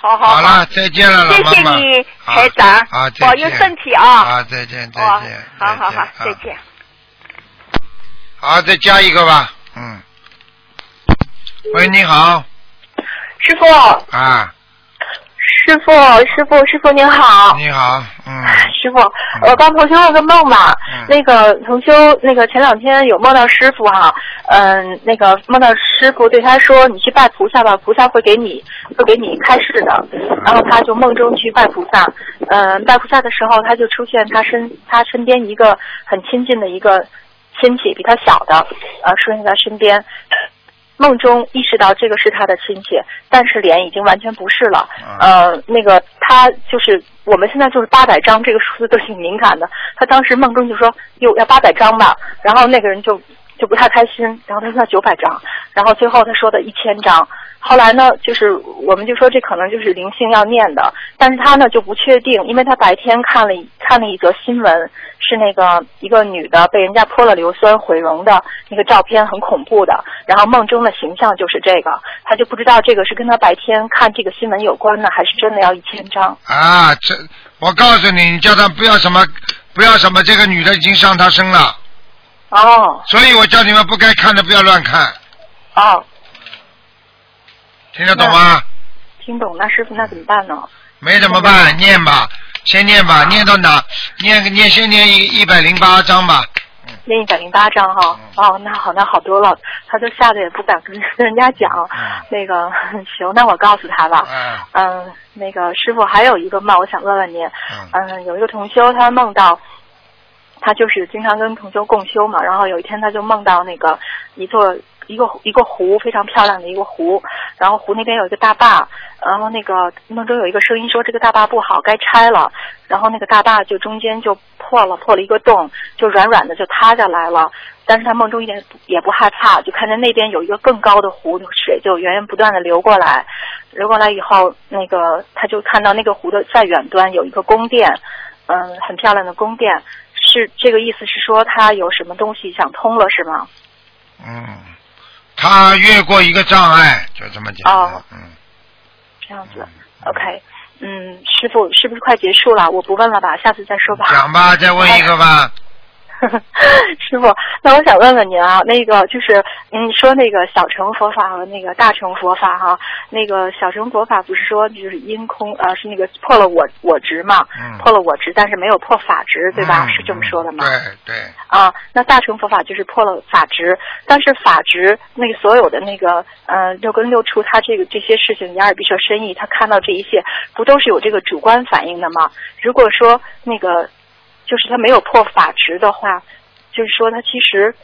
Speaker 3: 好好
Speaker 2: 好了，再见了，老
Speaker 3: 谢
Speaker 2: 妈
Speaker 3: 谢
Speaker 2: 妈。
Speaker 3: 你
Speaker 2: 好
Speaker 3: 台长
Speaker 2: 好，，再见
Speaker 3: 保佑身体啊！
Speaker 2: 啊，再见，再
Speaker 3: 哦
Speaker 2: 见，，
Speaker 3: 好好好，再
Speaker 2: 啊
Speaker 3: 见。
Speaker 2: 好，再加一个吧，嗯。喂，你好，
Speaker 4: 师傅，
Speaker 2: 啊，
Speaker 4: 师傅，师傅，师傅您好。
Speaker 2: 你好， 嗯，
Speaker 4: 师傅，我帮同修做个梦吧。
Speaker 2: 嗯
Speaker 4: 那个同修，那个前两天有梦到师傅哈、嗯，那个梦到师傅对他说：“你去拜菩萨吧，菩萨会给你会给你开示的。”然后他就梦中去拜菩萨，嗯，拜菩萨的时候，他就出现他身他身边一个很亲近的一个亲戚，比他小的，呃，出现在他身边。梦中意识到这个是他的亲戚，但是脸已经完全不是了。
Speaker 2: 嗯啊
Speaker 4: 呃，那个他就是我们现在就是八百张这个数字都挺敏感的。他当时梦中就说哟要八百张吧，然后那个人就就不太开心，然后他说要九百张，然后最后他说的一千张。后来呢，就是我们就说这可能就是灵性要念的，但是他呢就不确定，因为他白天看了一看了一则新闻，是那个一个女的被人家泼了硫酸毁容的那个照片，很恐怖的。然后梦中的形象就是这个，他就不知道这个是跟他白天看这个新闻有关呢，还是真的要一千张。
Speaker 2: 啊，这我告诉你，你叫他不要什么，不要什么，这个女的已经上他身了，
Speaker 4: 哦
Speaker 2: 所以我叫你们不该看的不要乱看，
Speaker 4: 哦，
Speaker 2: 听得懂吗？
Speaker 3: 嗯
Speaker 4: 听懂。那师傅那怎么办呢？
Speaker 2: 没怎么
Speaker 3: 嗯
Speaker 2: 办，念吧，先念吧，念到哪？念念先念一一百零八章吧。
Speaker 4: 那一百零八张哈、哦，那好，那好多了。他就吓得也不敢跟跟人家讲。
Speaker 2: 嗯
Speaker 4: 那个 行，那我告诉他吧。
Speaker 2: 嗯
Speaker 4: 嗯，那个师傅还有一个梦，我想问问您。
Speaker 2: 嗯
Speaker 4: 嗯，有一个同修，他梦到，他就是经常跟同修共修嘛，然后有一天他就梦到那个一座一个一个湖，非常漂亮的一个湖，然后湖那边有一个大坝，然后那个梦中有一个声音说这个大坝不好，该拆了，然后那个大坝就中间就破了，破了一个洞，就软软的就塌下来了。但是他梦中一点也不也不害怕，就看见那边有一个更高的湖，那个水就源源不断的流过来，流过来以后，那个他就看到那个湖的在远端有一个宫殿，嗯，很漂亮的宫殿，是这个意思是说他有什么东西想通了是吗？
Speaker 2: 嗯，他越过一个障碍，就这么简单
Speaker 4: 哦。
Speaker 2: 嗯，
Speaker 4: 这样子，OK，嗯，师傅是不是快结束了？我不问了吧，下次再说吧。
Speaker 2: 讲吧，再问一个吧。
Speaker 4: 师傅，那我想问问您啊，那个就是嗯，说那个小乘佛法和那个大乘佛法哈、那个小乘佛法不是说就是因空呃是那个破了我我执嘛，
Speaker 2: 嗯
Speaker 4: 破了我执，但是没有破法执，对吧？
Speaker 2: 嗯
Speaker 4: 是这么说的吗？
Speaker 2: 对对，
Speaker 4: 啊，那大乘佛法就是破了法执，但是法执那个所有的那个呃六根六处，他这个这些事情，眼耳鼻舌身意，他看到这一切，不都是有这个主观反应的吗？如果说那个就是他没有破法执的话，就是说他其实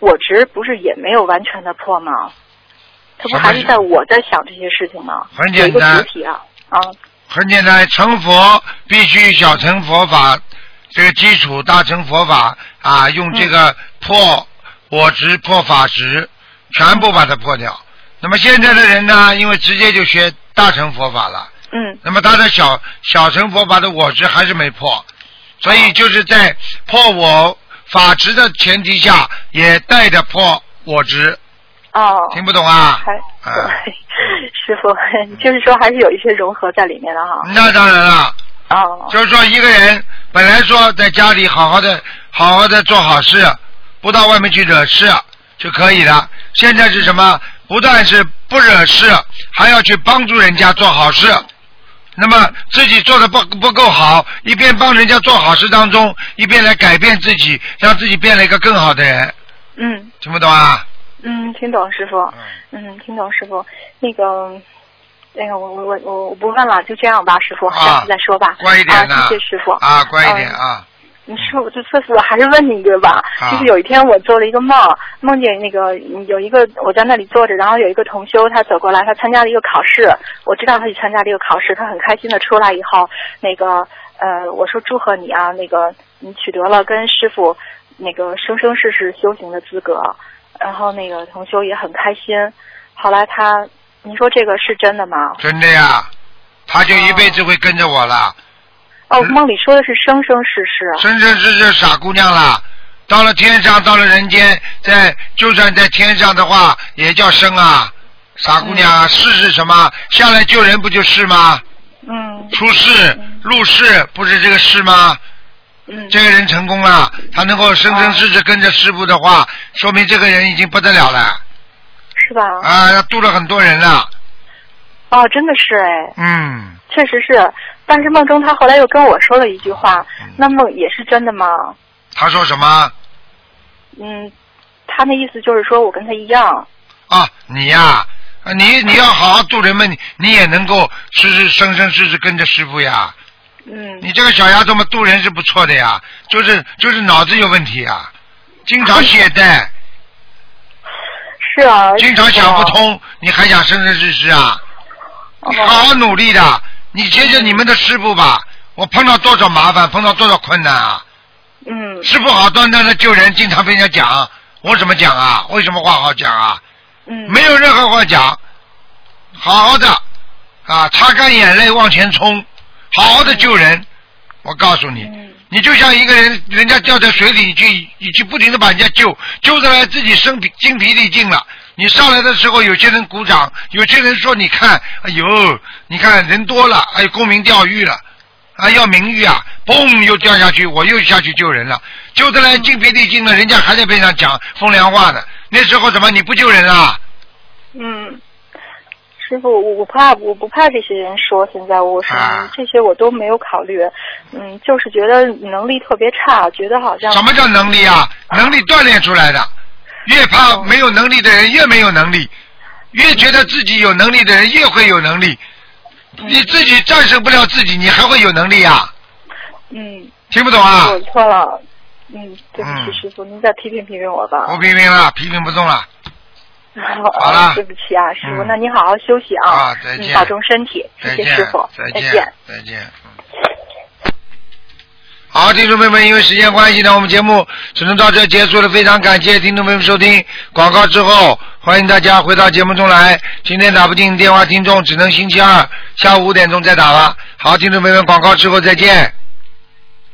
Speaker 4: 我执不是也没有完全的破吗？他不还是在我在想这些事情吗？
Speaker 2: 很
Speaker 4: 有
Speaker 2: 简
Speaker 4: 一个
Speaker 2: 单
Speaker 4: 主体啊，啊，
Speaker 2: 很简单，成佛必须小乘佛法这个基础，大乘佛法啊，用这
Speaker 4: 嗯
Speaker 2: 个破我执、破法执，全部把它破掉。那么现在的人呢，因为直接就学大乘佛法了。
Speaker 4: 嗯
Speaker 2: 那么他的小小乘佛法的我执还是没破，所以就是在破我法执的前提下，也带着破我执，
Speaker 4: 哦，
Speaker 2: 听不懂啊？
Speaker 4: 还
Speaker 2: 啊，
Speaker 4: 对，师傅， 就是说还是有一些融合在里面的哈。
Speaker 2: 那当然了，
Speaker 4: 哦，
Speaker 2: 就是说一个人本来说在家里好好的好好的做好事，不到外面去惹事就可以了。现在是什么？不但是不惹事，还要去帮助人家做好事，那么自己做的不不够好，一边帮人家做好事当中，一边来改变自己，让自己变了一个更好的人，
Speaker 3: 嗯
Speaker 2: 听不懂啊？
Speaker 3: 嗯，听懂师傅，嗯，听懂师傅，那个。那个，我我我我我不问了，就这样吧，师傅，下次再说吧。
Speaker 2: 乖啊一点呐、
Speaker 3: 啊谢谢师傅。
Speaker 2: 啊，乖一点啊，
Speaker 3: 你师傅，就师傅，我还是问你一个吧。
Speaker 2: 啊
Speaker 3: 就是有一天我做了一个梦，梦见那个嗯有一个我在那里坐着，然后有一个同修他走过来，他参加了一个考试，我知道他去参加这个考试，他很开心的出来以后，那个呃，我说祝贺你啊，那个你取得了跟师傅那个生生世世修行的资格，然后那个同修也很开心。后来他，您说这个是真的吗？
Speaker 2: 真的呀，他就一辈子会跟着我了，
Speaker 3: 哦，梦里说的是生生世世。啊
Speaker 2: 真真是是傻姑娘了。到了天上，到了人间，在就算在天上的话，也叫生啊，傻姑娘啊，世是什么？下来救人不就是吗？
Speaker 3: 嗯
Speaker 2: 出世入世不是这个世吗？
Speaker 3: 嗯，
Speaker 2: 这个人成功了，他能够生生世世跟着师傅的话，说明这个人已经不得了了
Speaker 3: 是吧？
Speaker 2: 啊，他度了很多人了。
Speaker 3: 哦，真的是哎。
Speaker 2: 嗯，
Speaker 3: 确实是，但是梦中他后来又跟我说了一句话，
Speaker 2: 嗯
Speaker 3: 那梦也是真的吗？
Speaker 2: 他说什么
Speaker 3: 嗯，他那意思就是说我跟他一样。
Speaker 2: 啊？你呀、啊你你要好好度人们，你你也能够世世生生世世跟着师傅呀。
Speaker 3: 嗯
Speaker 2: 你这个小丫头嘛，度人是不错的呀，就是就是脑子有问题啊，经常懈怠，
Speaker 3: 是啊。
Speaker 2: 经常想不通，你还想生生世世啊？
Speaker 3: 哦
Speaker 2: 你好好努力的，你学学你们的师傅吧。我碰到多少麻烦，碰到多少困难啊！
Speaker 3: 嗯
Speaker 2: 师傅好端端的救人，经常被人家讲，我怎么讲啊？为什么话好讲啊？
Speaker 3: 嗯。
Speaker 2: 没有任何话讲，好好的啊，擦干眼泪往前冲，好好
Speaker 3: 嗯
Speaker 2: 的救人。我告诉你，你就像一个人，人家掉在水里，你去你去不停的把人家救，救上来自己生疲精疲力尽了。你上来的时候，有些人鼓掌，有些人说：“你看，哎呦，你看人多了，哎，沽名钓誉了，啊，要名誉啊！”嘣，又掉下去，我又下去救人了，救得来精疲力尽了，人家还在边上讲风凉话呢。那时候怎么你不救人啊？
Speaker 3: 嗯，师傅，我我怕我不怕这些人说，现在我是、
Speaker 2: 啊
Speaker 3: 这些我都没有考虑，嗯，就是觉得能力特别差，觉得好像
Speaker 2: 什么叫能力啊？能力锻炼出来的，越怕没有能力的人越没有能力，越觉得自己有能力的人越会有能力。你自己战胜不了自己，你还会有能力啊？
Speaker 3: 嗯，
Speaker 2: 听不懂啊？
Speaker 3: 我错了，嗯，对不起，
Speaker 2: 嗯
Speaker 3: 师傅，您再批评批评我吧。
Speaker 2: 不批评了，批评不动了。
Speaker 3: 好
Speaker 2: 了
Speaker 3: 对不起啊，师傅，
Speaker 2: 嗯
Speaker 3: 那您好好休息啊，
Speaker 2: 啊再见
Speaker 3: 嗯保重身体，谢
Speaker 2: 再
Speaker 3: 谢
Speaker 2: 见，
Speaker 3: 师傅，
Speaker 2: 再
Speaker 3: 再
Speaker 2: 见，再见。嗯好，听众朋友们，因为时间关系呢，我们节目只能到这结束了。非常感谢听众朋友们收听广告之后，欢迎大家回到节目中来。今天打不进电话，听众只能星期二下午五点钟再打了。好，听众朋友们，广告之后再见。